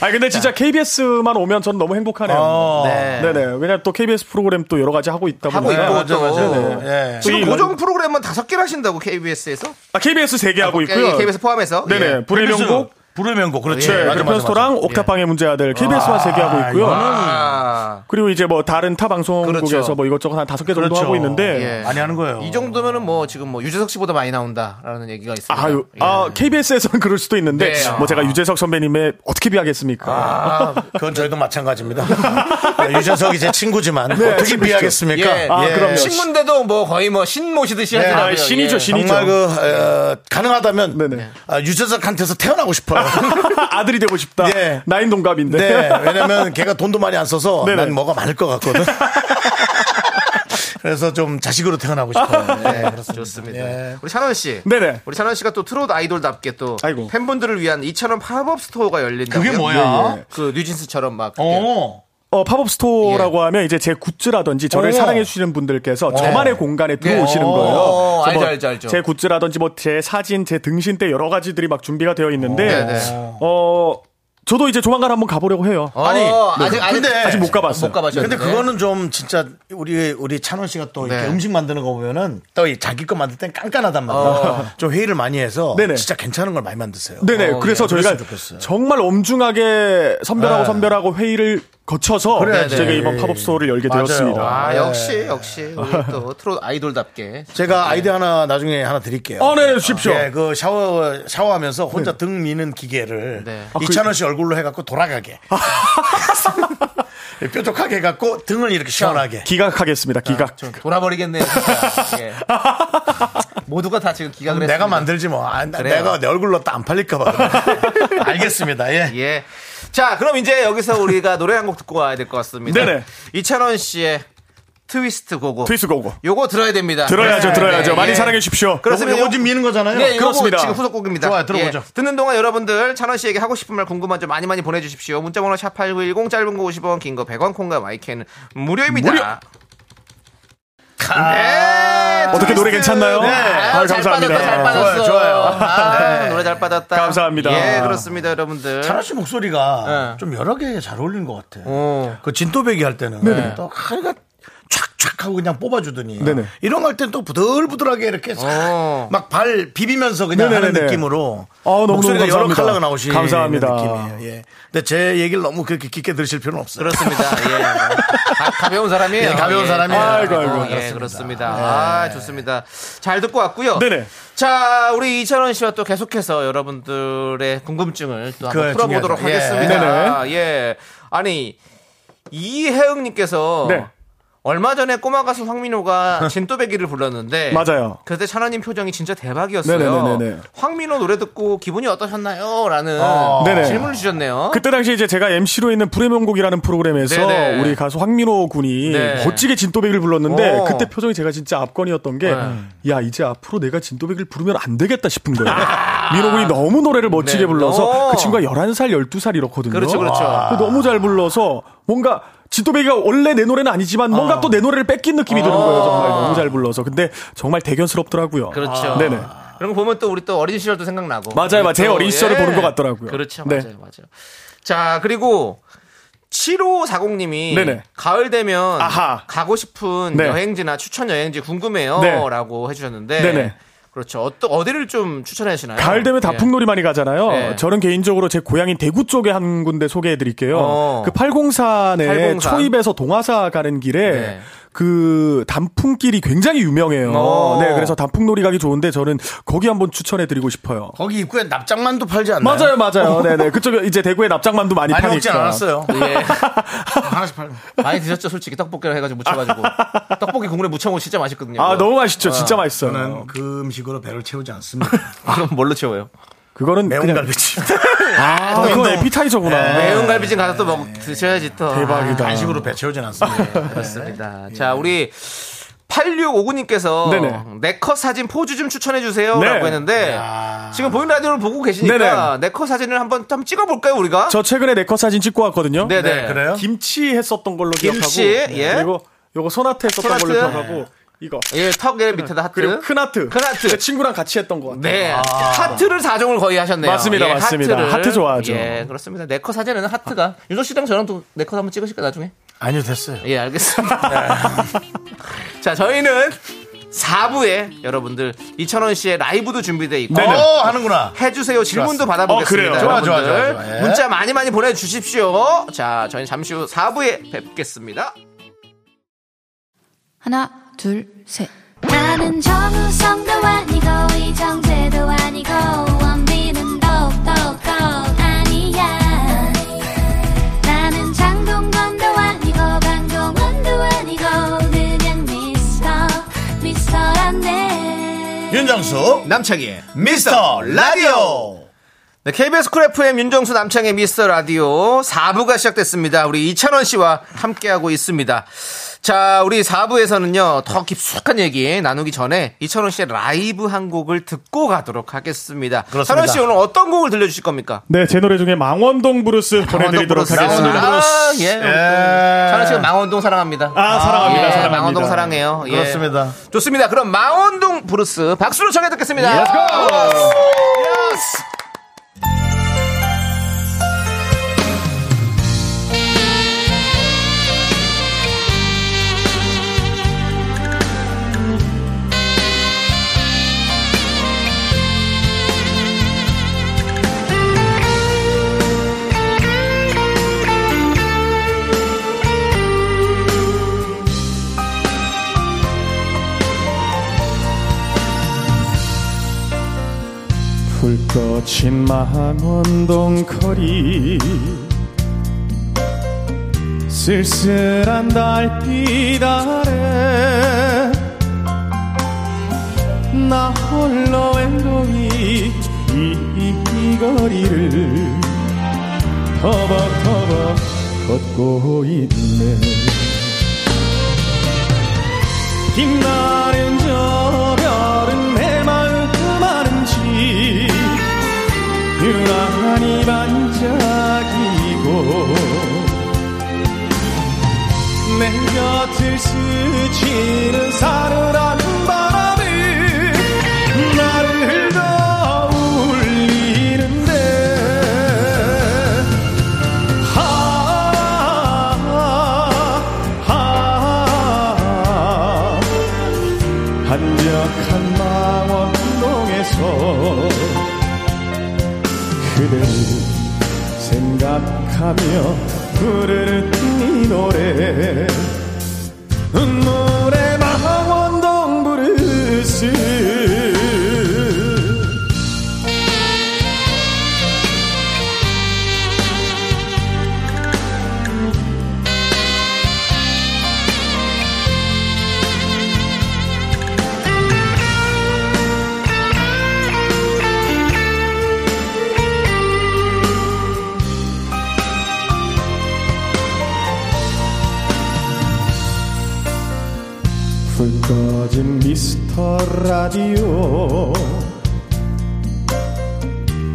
아 근데 진짜 KBS만 오면 저는 너무 행복하네요.
어.
네.
네네. 왜냐면 또 KBS 프로그램 또 여러 가지 하고 있다 보니까.
하고 있고
맞아,
또
맞아. 네.
지금
이
고정 프로그램만 다섯 개를 하신다고 KBS에서 네,
아, KBS 세 개 하고 있고요.
KBS 포함해서
네네.
예.
불의 명곡,
불의 명곡. 그렇죠. 그렇지.
예,
네,
맞아, 맞아, 맞아.
편스토랑 옥탑방의 문제 아들 KBS만 세 개 하고 있고요.
아,
그리고 이제 뭐 다른 타 방송국에서
그렇죠.
뭐 이것저것 한 다섯 개 정도
그렇죠.
하고 있는데.
예.
많이 하는 거예요.
이 정도면은 뭐 지금 뭐 유재석 씨보다 많이 나온다라는 얘기가 있습니다. 예.
아, 유, 아, KBS에서는 그럴 수도 있는데,
네. 아.
뭐 제가 유재석 선배님의 어떻게 비하겠습니까?
아, 그건 저희도 마찬가지입니다. 네, 유재석이 제 친구지만 어떻게
네, 친구시죠.
비하겠습니까?
예.
아,
예.
그럼요.
신문대도 뭐 거의 뭐 신 모시듯이 하더라고요.
아, 신이죠,
예.
신이죠.
정말 그 어, 가능하다면
네네.
아, 유재석한테서 태어나고 싶어요.
아들이 되고 싶다.
예.
네.
나인 동갑인데.
네, 왜냐면 걔가 돈도 많이 안 써서
네네.
난 뭐가 많을 것 같거든. 그래서 좀 자식으로 태어나고 싶어요. 네, 그렇습니다.
좋습니다.
예.
우리 찬원 씨.
네네.
우리 찬원 씨가 또 트롯 아이돌답게 또
아이고.
팬분들을 위한 이처럼 팝업 스토어가 열린다.
그게 뭐야?
그 뉴진스처럼 막 이렇게
어,
어, 팝업 스토어라고
예.
하면 이제 제 굿즈라든지 저를
오.
사랑해주시는 분들께서 저만의 공간에 들어오시는
네. 오.
거예요.
오,
그래서
알죠,
뭐
알죠, 알죠.
제 굿즈라든지 뭐 제 사진, 제 등신대 여러 가지들이 막 준비가 되어 있는데,
네, 네.
어, 저도 이제 조만간 한번 가보려고 해요. 네.
어,
아니,
아직 아직
근데-
아직 못 가봤어요.
못 네. 가봤죠.
근데 그거는 좀 진짜 우리 우리 찬원 씨가 또 이렇게
네.
음식 만드는 거 보면은 또이 자기 거 만들 땐 깐깐하단 말이야. 좀 회의를 많이 해서
네네.
진짜 괜찮은 걸 많이 만드세요.
네네.
어,
그래서
예,
저희가
그랬으면 좋겠어요.
정말 엄중하게 선별하고
네.
선별하고 회의를 거쳐서
그래야지.
제가 이번 팝업 스토어를 열게
맞아요.
되었습니다.
아
네.
역시 역시 우리
아.
또 트롯 아이돌답게
제가 아이디어 하나 나중에 하나 드릴게요.
어, 네, 주십시오.
예, 그 샤워 샤워하면서
네.
혼자 등 미는 기계를
네.
아, 그
이찬원 씨 얼굴로 해갖고 돌아가게 예, 뾰족하게 해갖고 등을 이렇게 시원하게.
기각하겠습니다. 기각.
돌아버리겠네요. 진짜. 예. 모두가 다 지금 기각을 했습니다.
내가 만들지 뭐 아, 나-
그래요.
내가 내 얼굴로 또 안 팔릴까봐. 알겠습니다. 예.
예. 자, 그럼 이제 여기서 우리가 노래 한 곡 듣고 와야 될 것 같습니다.
네네.
이찬원 씨의 트위스트 고고.
트위스 고고.
요거 들어야 됩니다.
들어야죠,
네,
들어야죠.
네,
많이
예.
사랑해 주십시오.
그렇습니다.
요거 지금 미는 거잖아요.
네, 그렇습니다.
그렇습니다.
지금 후속곡입니다. 예.
좋아요, 들어보죠.
듣는 동안 여러분들 찬원 씨에게 하고 싶은 말 궁금한 점 많이 많이 보내주십시오. 문자번호 샵 #8910 짧은 거 50원, 긴 거 100원, 콩과 마이크는 무료입니다. 아.
무료. 아.
네,
어떻게 노래
트위스트.
괜찮나요?
네.
아유,
잘
감사합니다. 네.
빠졌다, 잘 빠졌어.
좋아요, 좋아요.
아, 노래 잘 빠졌다.
감사합니다.
예, 그렇습니다,
네.
여러분들.
찬원 씨 목소리가
네.
좀 여러 개 잘 어울리는 것 같아.
오.
그 진또배기 할 때는 또 칼가 촥촥 하고 그냥 뽑아주더니
네네.
이런 거 할 때는 또 부들부들하게 이렇게
어.
막 발 비비면서 그냥 하는
네네네네.
느낌으로
아, 너무너무
목소리가 여러
감사합니다.
컬러가 나오시는
감사합니다.
느낌이에요. 예. 근데 제 얘기를 너무 그렇게 깊게 들으실 필요는 없어요.
그렇습니다. 예. 가, 가벼운 사람이에요.
예, 가벼운 사람이에요.
아이고, 아이고.
예, 그렇습니다. 아, 좋습니다. 잘 듣고 왔고요.
네네.
자, 우리 이찬원 씨와 또 계속해서 여러분들의 궁금증을 또 한번
그래,
풀어보도록
중요하죠. 예.
하겠습니다. 예. 아니, 이혜영님께서
네.
얼마 전에 꼬마 가수 황민호가 진또배기를 불렀는데
맞아요.
그때 찬원님 표정이 진짜 대박이었어요.
네네네네.
황민호 노래 듣고 기분이 어떠셨나요? 라는
네네.
질문을 주셨네요.
그때 당시 이제 제가 MC로 있는 불의 명곡이라는 프로그램에서
네네.
우리 가수 황민호 군이
네.
멋지게 진또배기를 불렀는데
오. 네.
그때 표정이 제가 진짜 압권이었던 게 야 이제 앞으로 내가 진또배기를 부르면 안 되겠다 싶은 거예요. 민호 군이 너무 노래를 멋지게
네.
불러서
오.
그 친구가 11살, 12살 이렇거든요. 아.
그렇죠, 그렇죠.
근데 너무 잘 불러서 뭔가 진또배기가 원래 내 노래는 아니지만
어.
뭔가 또 내 노래를 뺏긴 느낌이 드는 거예요. 정말 너무 잘 불러서. 근데 정말 대견스럽더라고요.
그렇죠.
아. 네네.
그런 거 보면 또 우리 또 어린 시절도 생각나고.
맞아요, 맞아요. 제
또,
어린 시절을 보는 것 같더라고요.
그렇죠,
네.
맞아요, 맞아요. 자, 그리고 7540님이
네네.
가을 되면
아하.
가고 싶은
네.
여행지나 추천 여행지
네.
궁금해요라고 해주셨는데
네네.
그렇죠. 어떠, 어디를 좀 추천해 주시나요?
아,
예.
가을 되면 다풍놀이 많이 가잖아요.
네.
저는 개인적으로 제 고향인 대구 쪽에 한 군데 소개해 드릴게요.
어.
그 팔공산에
팔공산.
초입에서 동화사 가는 길에
네.
그 단풍길이 굉장히 유명해요.
어.
네, 그래서 단풍놀이 가기 좋은데 저는 거기 한번 추천해 드리고 싶어요.
거기 입구에 납작만도 팔지 않나요?
맞아요, 맞아요. 네네. 그쪽에 이제 대구에 납작만두 많이
많이
파니까.
먹진 않았어요.
예.
하나씩 팔고.
많이 드셨죠, 솔직히 떡볶이랑 해가지고 무쳐가지고 떡볶이 국물에 무쳐먹으면 진짜 맛있거든요.
아,
그거.
너무 맛있죠. 진짜 맛있어요.
저는 그 음식으로 배를 채우지 않습니다.
그럼 뭘로 채워요?
그거는
매운
그냥-
갈비찜.
아, 그건 에피타이저구나.
네. 매운 갈비찜 가서 또 먹, 드셔야지 또.
아, 네. 대박이다.
간식으로 배 채우진 않습니다.
그렇습니다. 자, 우리 8659님께서
네. 예. 네네.
네컷 사진 포즈 좀 추천해 주세요.
네.
라고 했는데 지금 보이는 라디오를 보고 계시니까 네컷 사진을 한번 한번 찍어 볼까요, 우리가?
저 최근에 네컷 사진 찍고 왔거든요.
네네.
네, 그래요?
김치 했었던 걸로
김치,
기억하고 네,
예.
그리고 요거 소나트 했었던
소나트.
걸로 기억하고 이거
예, 턱에 밑에다 하트.
그리고 큰 하트.
큰 하트.
제 친구랑 같이 했던 것 같아요.
네. 하트를 사정을 거의 하셨네요.
맞습니다, 맞습니다. 하트 좋아하죠.
예, 그렇습니다. 네컷 사진에는 하트가. 윤호 씨랑 저랑 또 네컷 한번 찍으실까, 나중에?
아니요, 됐어요.
예, 알겠습니다. 자, 저희는 4부에 여러분들 이천원 씨의 라이브도 준비되어 있고
네. 어, 하는구나.
해주세요. 질문도 받아보겠습니다.
어, 그래요.
좋아,
여러분들.
좋아, 좋아, 좋아. 예.
문자 많이 많이 보내주십시오. 자, 저희는 잠시 후 4부에 뵙겠습니다.
하나, 둘, 셋.
나는 정우성도 아니고 이정재도 아니고 원빈은 더욱더 아니야 나는 장동건도 아니고 강동원도 아니고 그냥 미스터 미스터란데
윤정수,
남창희의
미스터 라디오.
네, KBS 쿨 FM 윤정수 남창의 미스터 라디오 4부가 시작됐습니다. 우리 이찬원 씨와 함께하고 있습니다. 자, 우리 4부에서는요, 더 깊숙한 얘기 나누기 전에 이찬원 씨의 라이브 한 곡을 듣고 가도록 하겠습니다.
그렇습니다.
찬원 씨 오늘 어떤 곡을 들려주실 겁니까?
네, 제 노래 중에 망원동 브루스 보내드리도록
망원동 브루스.
하겠습니다.
아, 예. 우리 또 찬원 씨가 망원동 사랑합니다.
아, 사랑합니다,
예,
사랑합니다.
망원동 사랑해요. 예.
그렇습니다.
좋습니다. 그럼 망원동 브루스 박수로 청해 듣겠습니다.
불 꺼진 망원동 거리 쓸쓸한 달빛 아래 나 홀로 앵동이 이, 이, 이 거리를 터벅터벅 걷고 있네 빛나는 저 별은 내 마음 아는지 유난히 반짝이고 내 곁을 스치는 사르란 바람이 나를 더 울리는데 하하하 한적한 망원동에서 그대를 생각하며 부르는 이 노래 눈물의 망원동 브루스 불 꺼진 미스터 라디오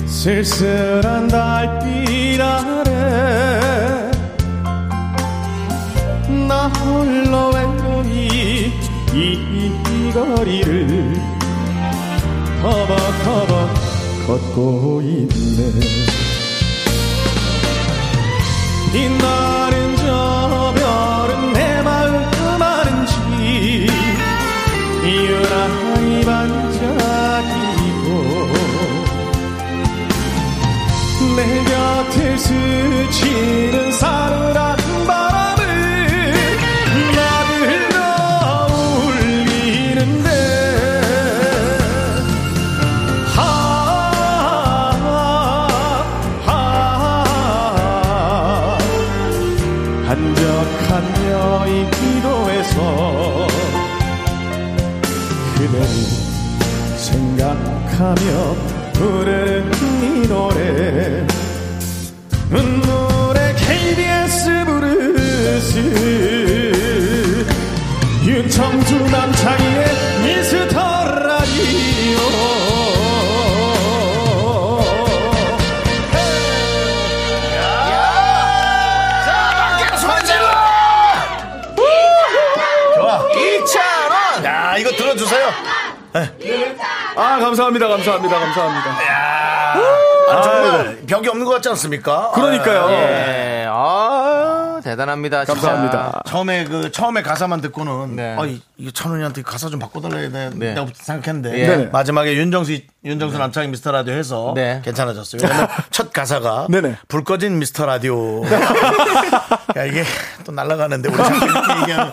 쓸쓸한 달빛 아래 나 홀로 앵그리 이 거리를 터벅터벅 걷고 있네 빛나는 저 별은 내 마음 아는지 유난히 반짝이고 내 곁을 스치는 사르란 바람은 나를 더 그대를 생각하며 부르는 이 노래 눈물의 KBS 부르스 윤정수 남창희의 미스터 라디오
밖에 소리 질러! 좋아.
2차원!
야, 이거 들어주세요.
아 감사합니다 감사합니다 감사합니다
아, 정말 벽이 없는 것 같지 않습니까?
그러니까요
예, 아, 대단합니다. 진짜.
감사합니다.
처음에 그 처음에 가사만 듣고는
네.
아, 이, 이거 천훈이한테 가사 좀 바꿔달라야 돼
네.
내가 생각했는데
예. 네.
마지막에 윤정수 윤정수 남창희 미스터 라디오 해서
네.
괜찮아졌어요. 왜냐면 첫 가사가
네네.
불 꺼진 미스터 라디오. 야 이게 또 날아가는데 우리 자꾸 이렇게 얘기하면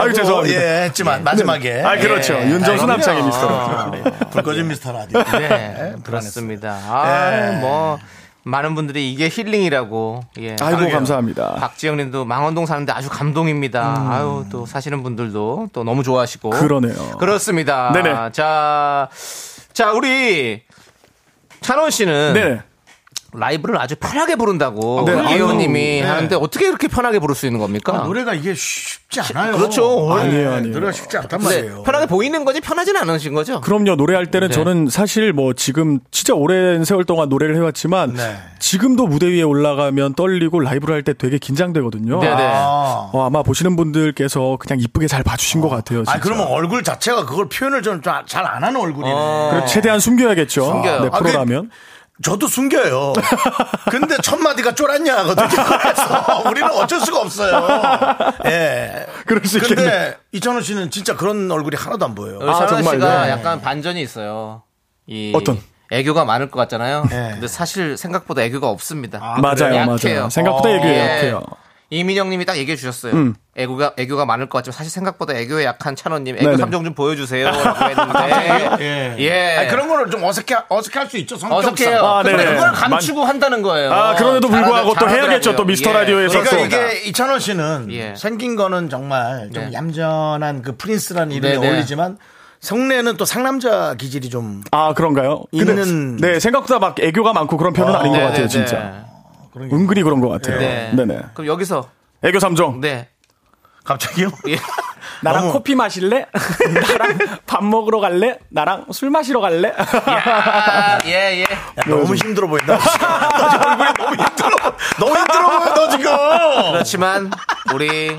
아유, 죄송합니다.
예, 했지만 마지막에
아 그렇죠
예,
다행이네요.
윤정수 남창희 미스터 라디오.
아, 그래요. 불 꺼진 미스터 라디오.
네, 그렇습니다.
네.
아,
예.
뭐 많은 분들이 이게 힐링이라고. 예.
아이고 감사합니다 음.
박지영님도 망원동 사는데 아주 감동입니다. 아유 또 사시는 분들도 또 너무 좋아하시고
그러네요.
그렇습니다.
네네.
자, 자 우리 찬원 씨는
네네
라이브를 아주 편하게 부른다고
네.
예호님이
아유, 네.
하는데 어떻게 그렇게 편하게 부를 수 있는 겁니까?
아, 노래가 이게 쉽지 않아요.
아.
네,
그렇죠.
아니에요, 아니에요.
노래가 쉽지 않단
근데
말이에요.
편하게 보이는 거지 편하진 않으신 거죠?
그럼요 노래할 때는
네.
저는 사실 뭐 지금 진짜 오랜 세월 동안 노래를 해왔지만
네.
지금도 무대 위에 올라가면 떨리고 라이브를 할 때 되게 긴장되거든요
네네.
아.
어, 아마 보시는 분들께서 그냥 이쁘게 잘 봐주신 것 같아요
아,
진짜.
그러면 얼굴 자체가 그걸 표현을 좀 잘 안 하는 얼굴이네.
그래서 최대한 숨겨야겠죠
숨겨요.
네,
아, 그-
프로라면
저도 숨겨요. 근데 첫 마디가 쫄았냐 하거든요. 그래서 우리는 어쩔 수가 없어요. 예.
그럴 수 있겠네.
근데 이찬호 씨는 진짜 그런 얼굴이 하나도 안 보여요.
우리
아,
찬원
정말요?
씨가
네.
약간 반전이 있어요. 이
어떤?
애교가 많을 것 같잖아요.
네.
근데 사실 생각보다 애교가 없습니다.
맞아요
그래요?
맞아요
약해요.
생각보다
어,
얘기
예.
약해요 음.
이민영님이 딱 얘기해 주셨어요. 애교가 애교가 많을 것 같지만 사실 생각보다 애교에 약한 찬원님 애교
네네.
감정 좀 보여주세요라고 했는데 어, 예,
아, 네. 아니, 그런 거를 좀 어색해, 어색할 수 있죠. 성격상.
어색해요.
아,
근데
네네.
그걸 감추고 한다는 거예요.
아, 그럼에도 불구하고
잘하-
또 해야겠죠.
잘하더라고요.
또 미스터
예.
라디오에서
그러니까
또.
이게 이찬원 씨는
예.
생긴 거는 정말 좀
네.
얌전한 그 프린스라는 이름에
네네.
어울리지만 성내는 또 상남자 기질이 좀
아 그런가요? 근데
있는-
네 생각보다 막 애교가 많고 그런 편은 아닌 것
네네네.
같아요 진짜 은근히 그런 것 같아요.
네.
네. 네
그럼 여기서
애교 삼종
네.
갑자기요?
예.
나랑
너무-
커피 마실래? 나랑 밥 먹으러 갈래? 나랑 술 마시러 갈래?
아, 예, 예.
야, 너무 힘들어 보인다. 너 지금 얼굴이 너무 힘들어. 너무 힘들어 보여, 너 지금.
그렇지만 우리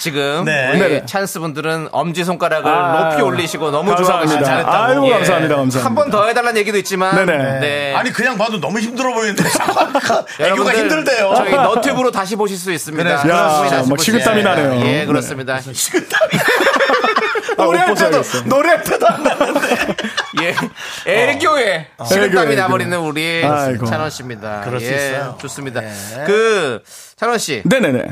지금
네.
우리
네네.
찬스 분들은 엄지 손가락을
아유,
높이 올리시고 너무
감사합니다.
좋아하시고 잘했다고.
아유, 감사합니다, 감사합니다.
한 번 더 해달라는 얘기도 있지만.
네네.
네.
아니 그냥 봐도 너무 힘들어 보이는데 자꾸 아까 애교가
여러분들
힘들대요.
저희 너튜브로 다시 보실 수 있습니다.
그래,
너튜브로
야,
다시
막
보실 수
식은땀이
있습니다.
나네요.
예,
네.
그렇습니다.
식은땀이
아, 옷
노래할 때도
벗어야겠어.
노래할 때도 안 나는데.
예, 애교에 식은땀이
어. 애교에,
나버리는 우리
아이고.
찬원 씨입니다.
그럴 수
예,
있어요.
좋습니다.
예.
그 찬원 씨,
네네네.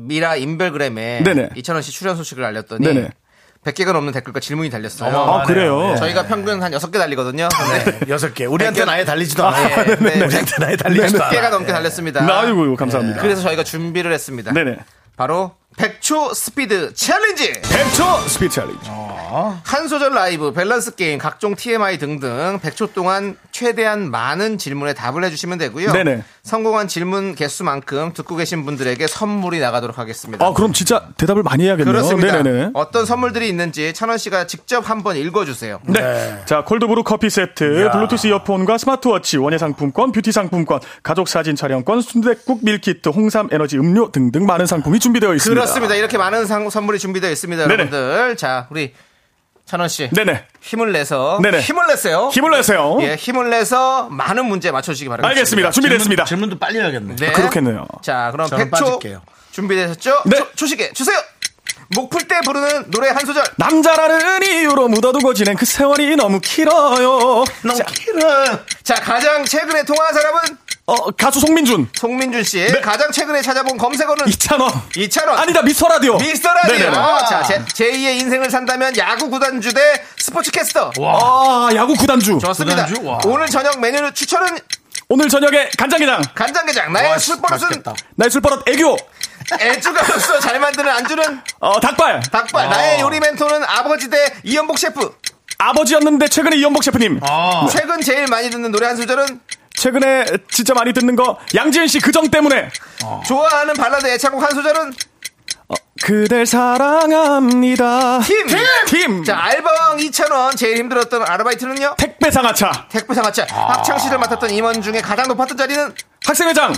미라 인별그램에
네네.
이찬원 씨 출연 소식을 알렸더니
네네.
100개가 넘는 댓글과 질문이 달렸어요.
아 그래요.
네, 저희가 평균 한 6개 달리거든요. 네.
여섯 개. 우리한테는 아예 달리지도 않아요.
아, 네, 네.
우리한테는 아예 달리지도
10개가
않아요.
넘게 달렸습니다.
네.
네,
아이고 감사합니다.
그래서 저희가 준비를 했습니다.
네네.
바로 100초 스피드 챌린지!
100초 스피드 챌린지.
한 소절 라이브, 밸런스 게임, 각종 TMI 등등 100초 동안 최대한 많은 질문에 답을 해주시면 되고요.
네네.
성공한 질문 개수만큼 듣고 계신 분들에게 선물이 나가도록 하겠습니다.
아 그럼 진짜 대답을 많이 해야겠네요.
그렇습니다.
네네네.
어떤 선물들이 있는지 찬원 씨가 직접 한번 읽어주세요.
네. 자, 콜드브루 커피 세트, 블루투스 이어폰과 스마트워치, 원예 상품권, 뷰티 상품권, 가족 사진 촬영권, 순댓국 밀키트, 홍삼 에너지 음료 등등 많은 상품이 준비되어 있습니다.
그렇습니다. 이렇게 많은 상- 선물이 준비되어 있습니다,
네네.
여러분들. 자, 우리 찬원 씨.
네네.
힘을 내서
네네.
힘을 내세요.
힘을 내세요.
예, 힘을 내서 많은 문제 맞춰주시기 바랍니다.
알겠습니다. 준비됐습니다.
질문도 빨리 해야겠네.
네.
그렇겠네요.
자, 그럼
저는
100초
빠질게요.
준비되셨죠?
네.
초, 식에 주세요. 목 풀 때 부르는 노래 한 소절.
남자라는 이유로 묻어두고 지낸 그 세월이 너무 길어요.
너무 길어.
자, 가장 최근에 통화한 사람은
어, 가수 송민준,
송민준 씨. 가장 최근에 찾아본 검색어는
네. 이찬원.
이찬원.
아니다, 미스터 라디오.
미스터 라디오.
네네네.
아, 자, 제, 제2의 인생을 산다면 야구 구단주 대 스포츠 캐스터.
아, 야구 구단주.
좋습니다.
구단주? 와.
오늘 저녁 메뉴 추천은
오늘 저녁에 간장게장.
간장게장. 나의
와,
술버릇은
맛있겠다.
나의 술버릇 애교.
애주가 없어 잘 만드는 안주는
어, 닭발.
닭발. 나의 요리 멘토는 아버지 대 이연복 셰프.
아버지였는데 최근에 이연복 셰프님.
최근 제일 많이 듣는 노래 한 소절은
최근에 진짜 많이 듣는 거 양지은 씨 그정 때문에.
좋아하는 발라드 애창곡 한 소절은
그댈 사랑합니다.
팀.
팀.
자 알바왕 2,000원 제일 힘들었던 아르바이트는요.
택배 상하차.
택배 상하차 학창 시절 맡았던 임원 중에 가장 높았던 자리는
학생회장.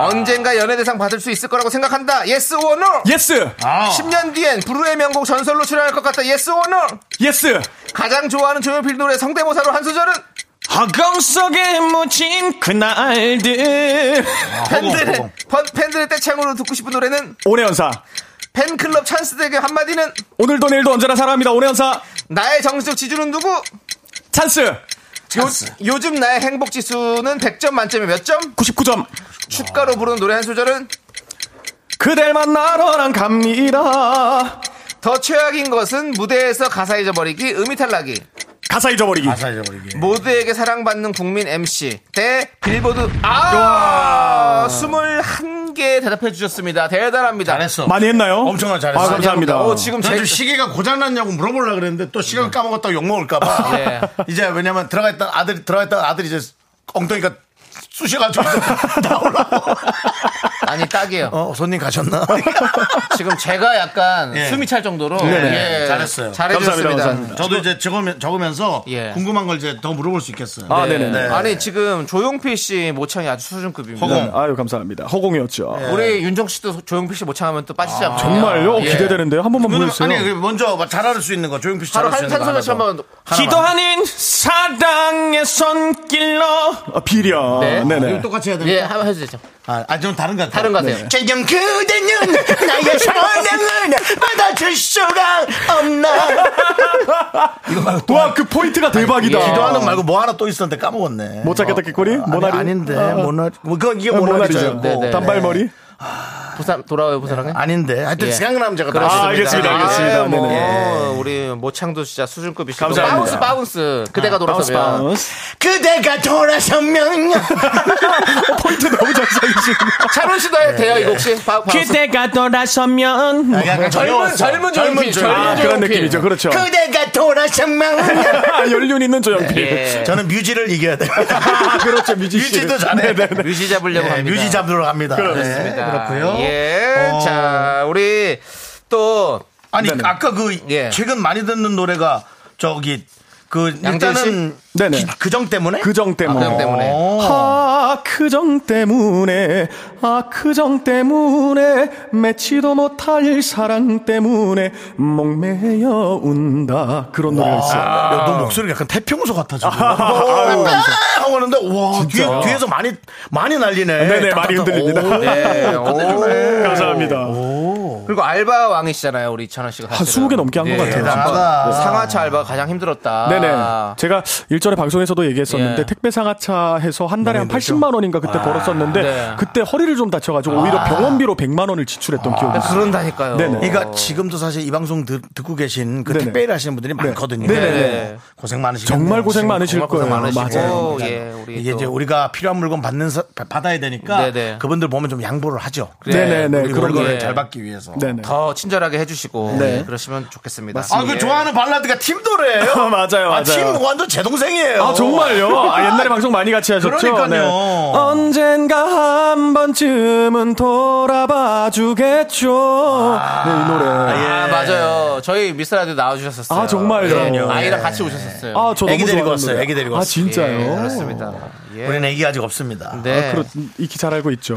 언젠가 연예대상 받을 수 있을 거라고 생각한다. 예스 오어 노.
예스.
10년 뒤엔 브루의 명곡 전설로 출연할 것 같다. 예스 오어 노.
예스.
가장 좋아하는 조용필 노래 성대모사로 한 소절은
허공 속에 묻힌 그날들.
팬들의 펀- 팬들의 떼창으로 듣고 싶은 노래는
오래연사.
팬클럽 찬스 대결 한마디는
오늘도 내일도 언제나 사랑합니다. 오래연사.
나의 정신적 지주는 누구?
찬스.
요, 즘 나의 행복 지수는 100점 만점에 몇 점?
99점.
축가로 부르는 노래 한 소절은
그댈 만나러 난 갑니다.
더 최악인 것은 무대에서 가사 잊어버리기, 음이 탈락이,
가사 잊어버리기.
사 잊어버리기.
모두에게 사랑받는 국민 MC 대 빌보드 아 21개 대답해 주셨습니다. 대단합니다.
잘했어.
많이 했나요?
엄청나 잘했어.
아, 감사합니다.
오, 지금
난
제
좀 시계가 고장났냐고 물어보려고 그랬는데 또 시간 까먹었다고 욕먹을까봐.
예.
이제 왜냐면 들어가 있던 아들, 들어가 있던 아들이 이제 엉덩이가 쑤셔가지고 나오라고.
아니 딱이에요.
어, 손님 가셨나?
지금 제가 약간
예.
숨이 찰 정도로 예,
네, 잘했어요.
잘해주셨습니다.
저도 이제 적으면, 적으면서
예.
궁금한 걸 이제 더 물어볼 수 있겠어요.
아,
네.
네네.
네.
아니 지금 조용필 씨 모창이 아주 수준급입니다.
허공.
음, 아유, 감사합니다. 허공이었죠.
우리 윤정 씨도 조용필 씨 모창하면 또 예. 빠지잖아요.
네. 정말요?
예.
기대되는데요. 한 번만
왜냐면,
보여주세요.
아니, 그 먼저 막 잘할 수 있는 거, 조용필 씨
바로
잘할 수
한,
있는 거.
한소절씩
하나 더.
한번
기도하는 사랑의 손길로. 아, 비려.
네.
네. 네
이거 똑같이 해야
예,
되는데.
한번 해주세요.
아, 아, 좀 다른 것 같아요.
다른 거 하세요.
최종 그대는 나의 사랑을 받아줄 수가 없나.
어.
이거 말고 또.
와, 그 포인트가 대박이다. 아,
예.
기도하는 거 말고 뭐 하나 또 있었는데 까먹었네. 어.
못 찾겠다, 끼꼬리?
아니,
모나리?
아닌데.
아.
모나, 뭐, 그건 이게
모나리죠.
모나리죠.
네, 네.
단발머리.
부산 돌아와요 부산항에.
아닌데. 하여튼
예.
생각나면 제가 다
아, 알겠습니다. 알겠습니다.
아, 뭐
네네.
우리 모창도 진짜 수준급이시고 바운스
감사합니다.
바운스 그대가
바운스
돌아서면
바운스.
그대가 돌아서면
포인트 너무 잘 써주시네.
차론 씨도 해도 돼요 이거 혹시 바, 바운스
그대가 돌아서면
약간
젊은 젊은 조용필 젊은
아, 그런
조용필
느낌이죠. 그렇죠.
그대가 돌아서면
아, 연륜 있는 조영필.
예.
저는 뮤지를 이겨야 돼요.
네. 아, 그렇죠. 뮤지 씨.
뮤지도 잘해.
뮤지 잡으려고
네,
합니다.
뮤지 잡으러 갑니다. 네,
그렇습니다.
그렇고요.
예.
어.
자, 우리 또
아니 아까 그
예.
최근 많이 듣는 노래가 저기 그
양재현 씨?
일단은
네네.
기- 그정 때문에
그정 때문에.
그정 때문에.
아, 그정 때문에. 아, 그정 때문에. 맺지도 못할 사랑 때문에. 목매여 운다. 그런 노래가 있어요.
야, 너 목소리가 약간 태평소 같아 지금.
아유,
어, 하고 하는데 와 뒤에, 뒤에서 많이 많이 날리네.
네네,
딱딱딱.
많이 흔들립니다.
오.
아,
네. 오.
감사합니다.
그리고 알바 왕이시잖아요, 우리 천원 씨가. 네,
한 20개 넘게 한 것 같아요. 네.
대단하다.
상하차 알바가 가장 힘들었다.
네네. 제가 일전에 방송에서도 얘기했었는데
예.
택배 상하차 해서 한 달에 한 80만 원인가 네, 그때 벌었었는데
네.
그때 허리를 좀 다쳐가지고 오히려 병원비로 100만 원을 지출했던 기억이 있어요.
그런다니까요.
아. 네네.
그러니까 지금도 사실 이 방송 듣, 듣고 계신 그
네네.
택배 일 하시는 분들이 많거든요.
네네네.
고생 많으시고
정말 고생 많으실
정말 고생
거예요.
많으시고.
맞아요.
예, 우리
이게
또.
이제 어, 우리가 필요한 물건 받는 사- 받아야 되니까
네네.
그분들 보면 좀 양보를 하죠.
네네네.
우리
그런
물건을
예.
잘 받기 위해서.
네네.
더 친절하게 해주시고
네.
예, 그러시면 좋겠습니다.
아, 그 좋아하는 발라드가 팀 노래예요.
어, 예. 맞아요,
아, 팀
맞아요.
완전 제 동생이에요.
아 정말요? 아 옛날에 방송 많이 같이 하셨죠?
어.
네.
그러니까요.
언젠가 한 번쯤은 돌아봐 주겠죠. 네 이 노래.
예.
아,
아, 맞아요. 저희 미스라디오 나와주셨었어요.
아, 정말요?
예, 아이랑 같이 오셨었어요.
저
애기 데리고
너무 좋아하는
왔어요,
노래.
애기 데리고
아
왔어요.
진짜요?
예, 그렇습니다. 예.
우리는 애기 아직 없습니다.
네.
그렇 익히 잘 알고 있죠.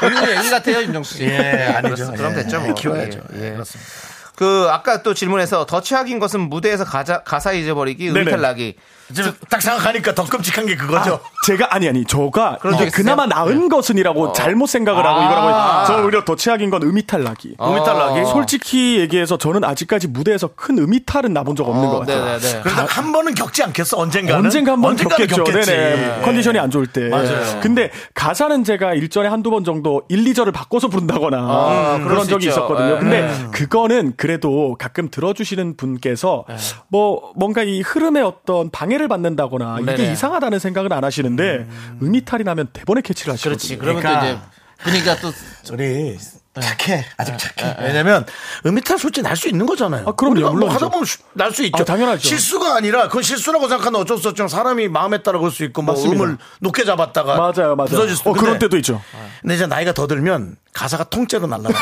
본인의 얘기 같아요, 임정수 씨.
예, 아니죠.
그럼
예,
됐죠, 뭐.
키워야죠.
예,
예,
예.
그렇습니다.
그 아까 또 질문에서 더 최악인 것은 무대에서 가자, 가사 잊어버리기,
네네.
음탈락이.
지금 딱 생각하니까 더 끔찍한 게 그거죠.
제가 아니 아니 저가
그런 적
이게
있어요?
그나마
예.
나은 것은이라고
어.
잘못 생각을 하고
아.
이거라고 저 오히려 더 최악인 건 음이탈락이
어.
음이탈락이?
솔직히 얘기해서 저는 아직까지 무대에서 큰 음이탈은 나본 적 없는
어,
것 같아요
네네네.
그래도 한 번은 겪지 않겠어, 언젠가는?
언젠가 한번
언젠가는
겪겠죠.
겪겠지.
네네.
예.
컨디션이 안 좋을 때.
맞아요.
근데 가사는 제가 일전에 한두 번 정도 1, 2절을 바꿔서 부른다거나
그럴
아,
그런
수
적이
있죠.
있었거든요.
예.
근데 그거는 그래도 가끔 들어주시는 분께서
예.
뭐 뭔가 이 흐름에 어떤 방해를 받는다거나 이게
네네.
음.
이상하다는 생각은 안 하시는데 음이탈이 나면 대번에 캐치를
그렇지.
하시거든요.
그러면 또 이제 그러니까 또
우리
네.
착해 아직 착해 왜냐면 음이탈 솔직히 날 수 있는 거잖아요.
아, 그럼요.
우리가 뭐
물론이죠.
하다 보면 날 수 있죠.
아, 당연하죠.
실수가 아니라 그건 실수라고 생각하면 어쩔 수 없지만 사람이 마음에 따라 그럴 수 있고 뭐
맞습니다.
음을 높게 잡았다가
맞아요, 맞아요.
부서질 수도
어, 그런
있는데
때도 있죠.
근데 이제 나이가 더 들면 가사가 통째로 날라가.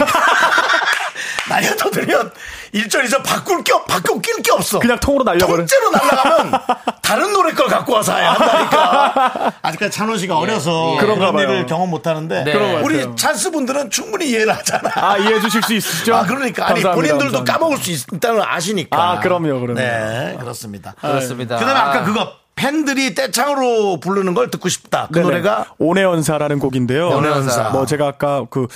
나이가 더 들면 일절이서 바꿀 게 없- 바꿔 낄 게 없어.
그냥 통으로 날려버려.
통째로 날라가면 다른 노래 걸 갖고 와서 해야 한다니까. 아직까지 찬원 씨가 어려서
예.
그런
그런가 봐요.
일을 경험 못 하는데
네. 그런 것
우리
같아요.
찬스 분들은 충분히 이해를 하잖아.
아, 이해해 주실 수 있으시죠?
아, 그러니까 아니
감사합니다,
본인들도
감사합니다.
까먹을 수 있- 있다는 걸 아시니까.
아, 그럼요, 그럼요.
네, 그렇습니다.
아, 그렇습니다.
그다음에 아까 그거 팬들이 떼창으로 부르는 걸 듣고 싶다. 그
네네.
노래가
온해연사라는 곡인데요.
온해연사.
뭐 제가 아까 그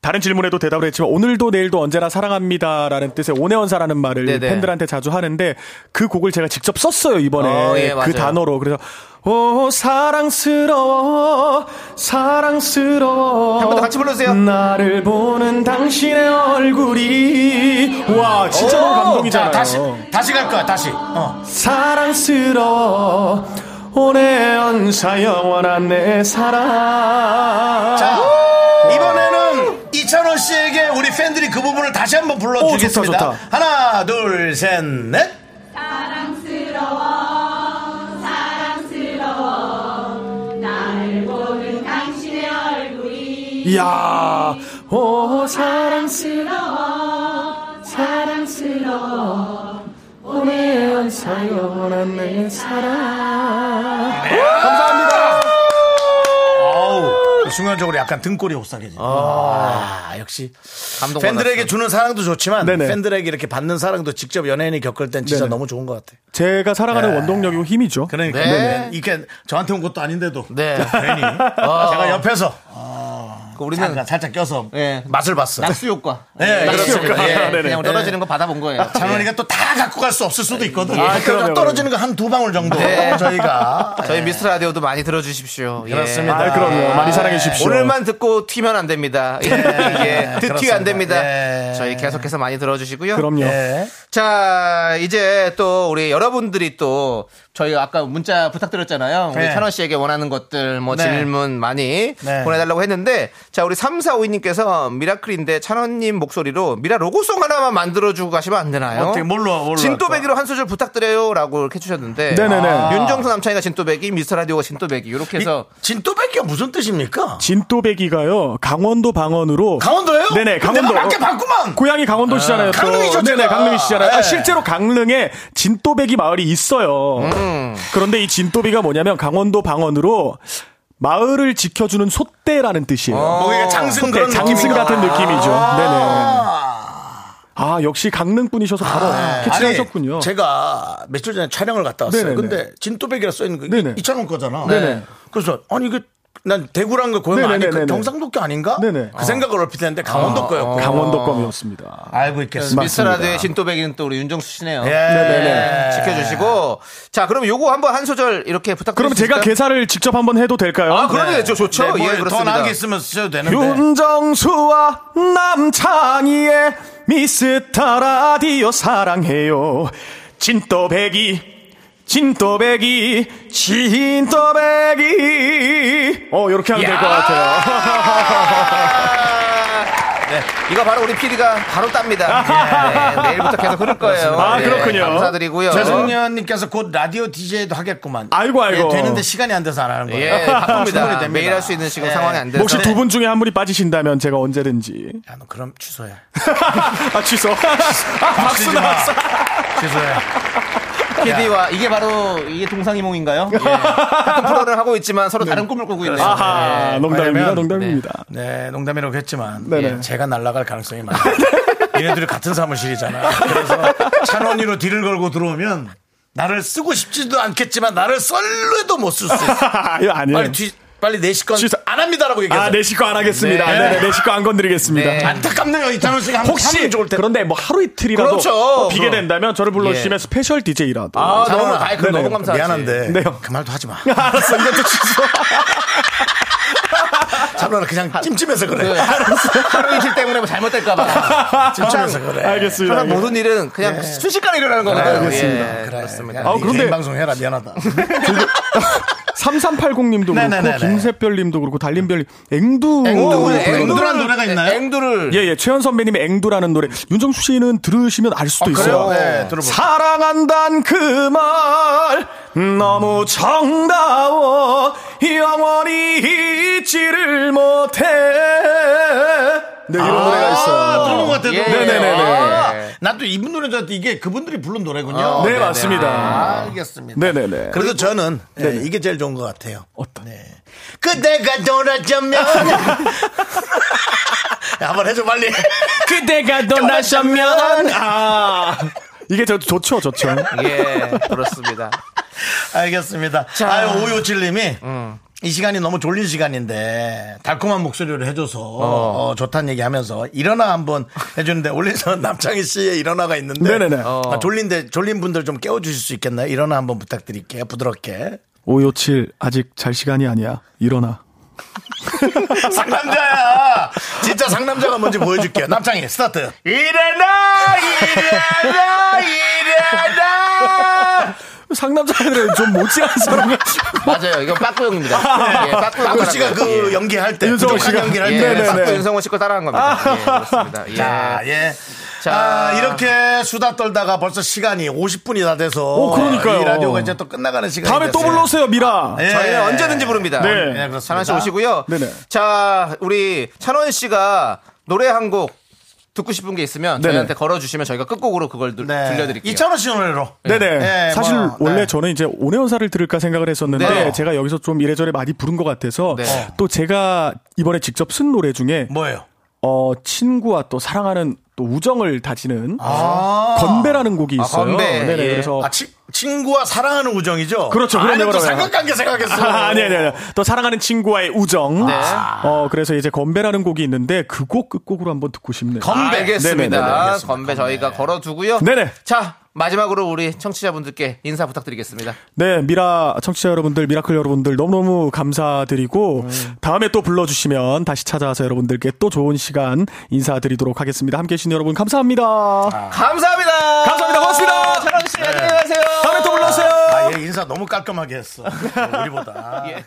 다른 질문에도 대답을 했지만 오늘도 내일도 언제나 사랑합니다라는 뜻의 온해연사라는 말을
네네.
팬들한테 자주 하는데 그 곡을 제가 직접 썼어요 이번에
어, 예, 맞아요.
그 단어로 그래서 오 사랑스러워 사랑스러워
한번더 같이 불러주세요.
나를 보는 당신의 얼굴이 와 진짜
오,
너무
자
감동이잖아요
다시 다시 갈 거야 다시. 어.
사랑스러워 온해연사 영원한 내 사랑
자
아.
이번에는 이찬원 씨에게 우리 팬들이 그 부분을 다시 한번 불러주겠습니다.
오, 좋다, 좋다.
하나 둘 셋 넷.
이야, 오, 사랑스러워, 사랑스러워, 오늘 연사 영원한 내 사랑. 감사합니다.
아우 순간적으로 약간 등골이 옥상해지. 아, 역시
감동
팬들에게 주는 사랑도 좋지만
네네.
팬들에게 이렇게 받는 사랑도 직접 연예인이 겪을 땐 진짜
네네.
너무 좋은 것 같아.
제가 살아가는 원동력이고 힘이죠.
네. 그러니까
네.
이게 저한테 온 것도 아닌데도
네.
괜히
어.
제가 옆에서
그 우리는
잠깐 살짝 껴서
예.
맛을 봤어.
낙수 효과.
네,
낙수
그렇습니다.
효과.
예,
예,
네네.
그냥 떨어지는 거 받아본 거예요.
장원이가 또 다 갖고 갈 수 없을 수도 있거든.
아,
그러니까
그럼요,
떨어지는 거 한 두 방울 정도
네.
저희가
저희 미스 라디오도 많이 들어주십시오. 예.
그렇습니다.
아, 그럼요. 많이 사랑해 주십시오.
오늘만 듣고 튀면 안 됩니다. 예. 예. 듣튀면
네, 그렇습니다.
안 됩니다.
예.
저희 계속해서 많이 들어주시고요.
그럼요.
예.
자, 이제 또 우리 여러분들이 또 저희 아까 문자 부탁드렸잖아요. 우리
네.
찬원 씨에게 원하는 것들, 뭐
네.
질문 많이
네.
보내달라고 했는데, 자, 우리 3452님께서 미라클인데 찬원님 목소리로 미라 로고송 하나만 만들어주고 가시면 안 되나요?
어떻게 뭘로 뭘로
진또배기로 한 소절 부탁드려요. 라고 이렇게 해주셨는데, 아.
네네네.
아.
윤정수 남창이가 진또배기, 미스터 라디오가 진또배기, 이렇게 해서
진또백이가 무슨 뜻입니까?
진또배기가요, 강원도 방언으로.
강원도예요?
네네, 강원도.
내가 밖에 봤구만.
고향이 강원도시잖아요. 또.
강릉이죠, 제가.
네네,
네.
강릉이시잖아요. 아, 실제로 강릉에 진또배기 마을이 있어요.
음.
그런데 이 진또배기가 뭐냐면 강원도 방언으로 마을을 지켜주는 소떼라는 뜻이에요.
거기가 아. 장승
소떼,
그런
어. 장승
느낌이구나.
같은 느낌이죠. 네네.
아.
아, 역시 강릉 분이셔서 바로 네.
아니,
캐치하셨군요.
제가 며칠 전에 촬영을 갔다 왔어요.
네네네.
근데 진또백이라 써 있는 거
네네.
이찬원 거잖아.
네네.
그래서 아니 이게 난 대구란 거 고향 아니 그
네네네네네.
경상도 거 아닌가?
네네. 아.
그 생각을 얼핏 했는데 강원도 거였고.
강원도 껌이었습니다.
알고 있겠습니다.
미스터 라디오의 진또배기는 또 우리 윤정수 씨네요.
예.
네, 지켜주시고. 자, 그럼 요거 한번 한 소절 이렇게 부탁드립니다.
그럼 제가 계산을 직접 한번 해도 될까요?
아, 그러네. 저 좋죠.
네, 뭐
예,
더
그렇습니다.
나은 게 있으면 쓰셔도 되는데.
윤정수와 남창희의 미스터 라디오 사랑해요. 진또배기, 진또배기, 진또배기. 어, 이렇게 하면 될 것 같아요.
네, 이거 바로 우리 PD가 바로 땁니다. 네, 내일부터 계속 흐를 거예요.
아,
네,
그렇군요.
감사드리고요.
최승년님께서 곧 라디오 DJ도 하겠구만.
아이고, 아이고.
예, 되는데 시간이 안 돼서 안 하는 거예요.
예,
충분히
바쁩니다.
됩니다.
매일 할 수 있는 지금
예.
상황이 안 돼서.
혹시 두 분 중에 한 분이 빠지신다면 제가 언제든지.
야, 너 그럼 취소해.
아, 취소. 아, 박수
쓰지 마.
나왔어.
취소해.
PD와 이게 바로 이게 동상이몽인가요? 예. 같은 프로를 하고 있지만 서로 다른 꿈을 꾸고 있네요.
아하,
네.
농담입니다,
왜냐면-
농담입니다.
네, 농담이라고 했지만
네네.
예, 제가 날아갈 가능성이 많아요. 얘네들이 같은 사무실이잖아. 그래서 찬원이로 뒤를 걸고 들어오면 나를 쓰고 싶지도 않겠지만 나를 썰려도 못 쓸 수 있어.
이거 아니에요.
빨리 뒤 빨리 내시건
예. 취소.
안 합니다라고 얘기해서
아, 내 식구 안 하겠습니다.
네.
네, 네, 내 식구 안 건드리겠습니다.
네.
안타깝네요. 이찬원 씨가 한번
혹시
하면 좋을 텐데.
그런데 뭐 하루 이틀이라도
그렇죠.
어, 비게
그럼.
된다면 저를 불러주시면
예.
스페셜 DJ라도
아, 너무,
찬원아,
아이, 그럼
네네.
너무 감사하지.
미안한데
네, 형.
그 말도 하지 마.
알았어 이것도 취소
참나 그냥 찜찜해서 그래. 아,
그 하루 이틀 때문에 뭐 잘못될까봐.
찜찜해서 그래.
알겠습니다.
항상 모든 일은 그냥 순식간에 일어나는 거거든요.
네, 알겠습니다.
예,
그래.
그렇습니다.
아, 그런데
그런데-
개인 방송 해라 미안하다.
3380님도
네네네네.
예. 그렇고 김세별님도 그렇고 달림별님 앵두
앵두,
예,
앵두. 앵두라는 노래가 있나요?
앵두를
예 최현 선배님의 앵두라는 노래 윤정수 씨는 들으시면 알 수도 있어요.
네, 들어보.
사랑한단 그 말 너무 정다워 영원히 잊지를 못해. 네 이런 노래가 있어요.
아, 들어본 것 같아요.
예.
네네네네.
아, 나또 이분 노래 저 이게 그분들이 부른 노래군요.
네, 맞습니다.
알겠습니다.
네네네.
그래도 저는 네, 이게 제일 좋은 것 같아요. 어떤? 그대가 돌아자면 야, 한번 해줘 빨리.
그대가 떠나셨면
아 이게 저 좋죠 좋죠.
예 그렇습니다.
알겠습니다. 아유 오요칠님이 이 시간이 너무 졸린 시간인데 달콤한 목소리로 해줘서 어, 좋다는 얘기하면서 일어나 한번 해주는데 올린선 남창희 씨의 일어나가 있는데
네네네.
아, 졸린데 졸린 분들 좀 깨워주실 수 있겠나요? 일어나 한번 부탁드릴게요. 부드럽게.
557 아직 잘 시간이 아니야. 일어나.
상남자야. 진짜 상남자가 뭔지 보여줄게요. 남창희 스타트.
일어나 일어나 일어나 상남자들은 좀 못지않은 사람
맞아요. 이건 빠꾸형입니다. 예, 빠꾸형
박구 씨가
따라한 거예요.
그 연기할 때
윤성호
부족한
씨가.
연기를 할
예, 예,
때
그 네네네. 아.
빠꾸 윤성호 씨거 따라한 겁니다. 예, 그렇습니다. 예.
자, 예.
자.
아, 이렇게 수다 떨다가 벌써 시간이 50분이 다 돼서
오, 그러니까요.
이 라디오가 이제 또 끝나가는 시간이
다음에 아, 또
됐어요.
불러오세요 미라
예.
저희는 언제든지 부릅니다.
네.
네, 그렇습니다.
찬원 씨 오시고요.
네네.
자, 우리 찬원 씨가 노래 한 곡 듣고 싶은 게 있으면
네네.
저희한테 걸어주시면 저희가 끝곡으로 그걸 들-
네.
들려드릴게요.
이찬호 씨 노래로.
네네.
예,
사실
뭐,
원래
네.
저는 이제 오네온사를 들을까 생각을 했었는데
네.
제가 여기서 좀 이래저래 많이 부른 것 같아서
네.
또 제가 이번에 직접 쓴 노래 중에
뭐예요?
어 친구와 또 사랑하는 또 우정을 다지는
아.
건배라는 곡이 있어요.
건배.
네네.
예.
그래서
아, 치- 친구와 사랑하는 우정이죠?
그렇죠. 그런
아니, 또
거라고요.
삼각관계 생각했어.
아, 아니, 아니, 아니. 또 사랑하는 친구와의 우정.
네.
어, 그래서 이제 건배라는 곡이 있는데 그 곡 끝곡으로 한번 듣고 싶네요.
건배.
아, 알겠습니다.
네네네,
알겠습니다.
건배 저희가 걸어두고요.
네네.
자, 마지막으로 우리 청취자분들께 인사 부탁드리겠습니다.
네, 미라 청취자 여러분들, 미라클 여러분들 너무너무 감사드리고 다음에 또 불러주시면 다시 찾아와서 여러분들께 또 좋은 시간 인사드리도록 하겠습니다. 함께 해주신 여러분 감사합니다.
감사합니다.
감사합니다. 고맙습니다. 네.
찬원 씨, 안녕히 가세요.
다음에 또 불러주세요.
아, 얘 인사 너무 깔끔하게 했어. 우리보다.
예.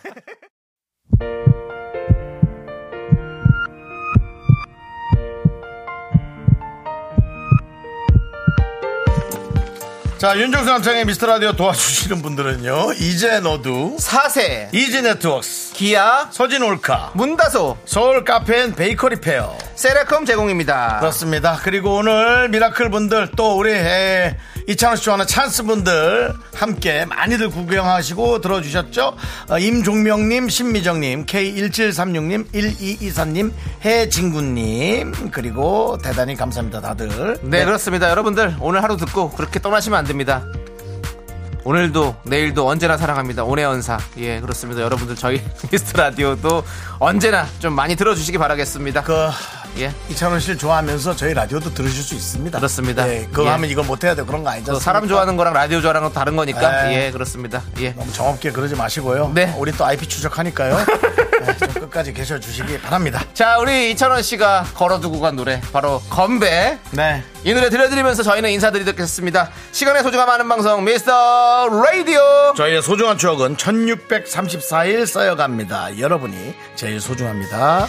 자, 윤정수 남창의 미스터 라디오 도와주시는 분들은요. 이제 너도
사세,
이지 네트워크스,
기아,
서진 올카,
문다소,
서울 카페인 베이커리 페어.
세라컴 제공입니다.
그렇습니다. 그리고 오늘 미라클 분들 또 우리 에, 이찬호 씨와는 찬스 분들 함께 많이들 구경하시고 들어주셨죠? 어, 임종명님, 신미정님, K1736님, 1224님, 해진구님 그리고 대단히 감사합니다 다들.
네, 그렇습니다. 여러분들, 오늘 하루 듣고 그렇게 떠나시면 안 됩니다. 오늘도 내일도 언제나 사랑합니다. 온해연사. 예, 그렇습니다. 여러분들 저희 미스터 라디오도 언제나 좀 많이 들어주시기 바라겠습니다.
그
예.
이찬호 씨를 좋아하면서 저희 라디오도 들으실 수 있습니다.
그렇습니다.
예, 그거
예.
하면 이건 못해야 돼요. 그런 거 아니죠?
또 사람 좋아하는 거랑 라디오 좋아하는 건 다른 거니까.
네.
예, 그렇습니다. 예.
너무 정없게 그러지 마시고요.
네.
우리 또 IP 추적하니까요. 네, 좀 끝까지 계셔 주시기 바랍니다.
자, 우리 이찬원 씨가 걸어두고 간 노래 바로 건배.
네.
이 노래 들려드리면서 저희는 인사드리겠습니다. 시간의 소중함 아는 방송 미스터 라디오.
저희의 소중한 추억은 1634일 쌓여갑니다. 여러분이 제일 소중합니다.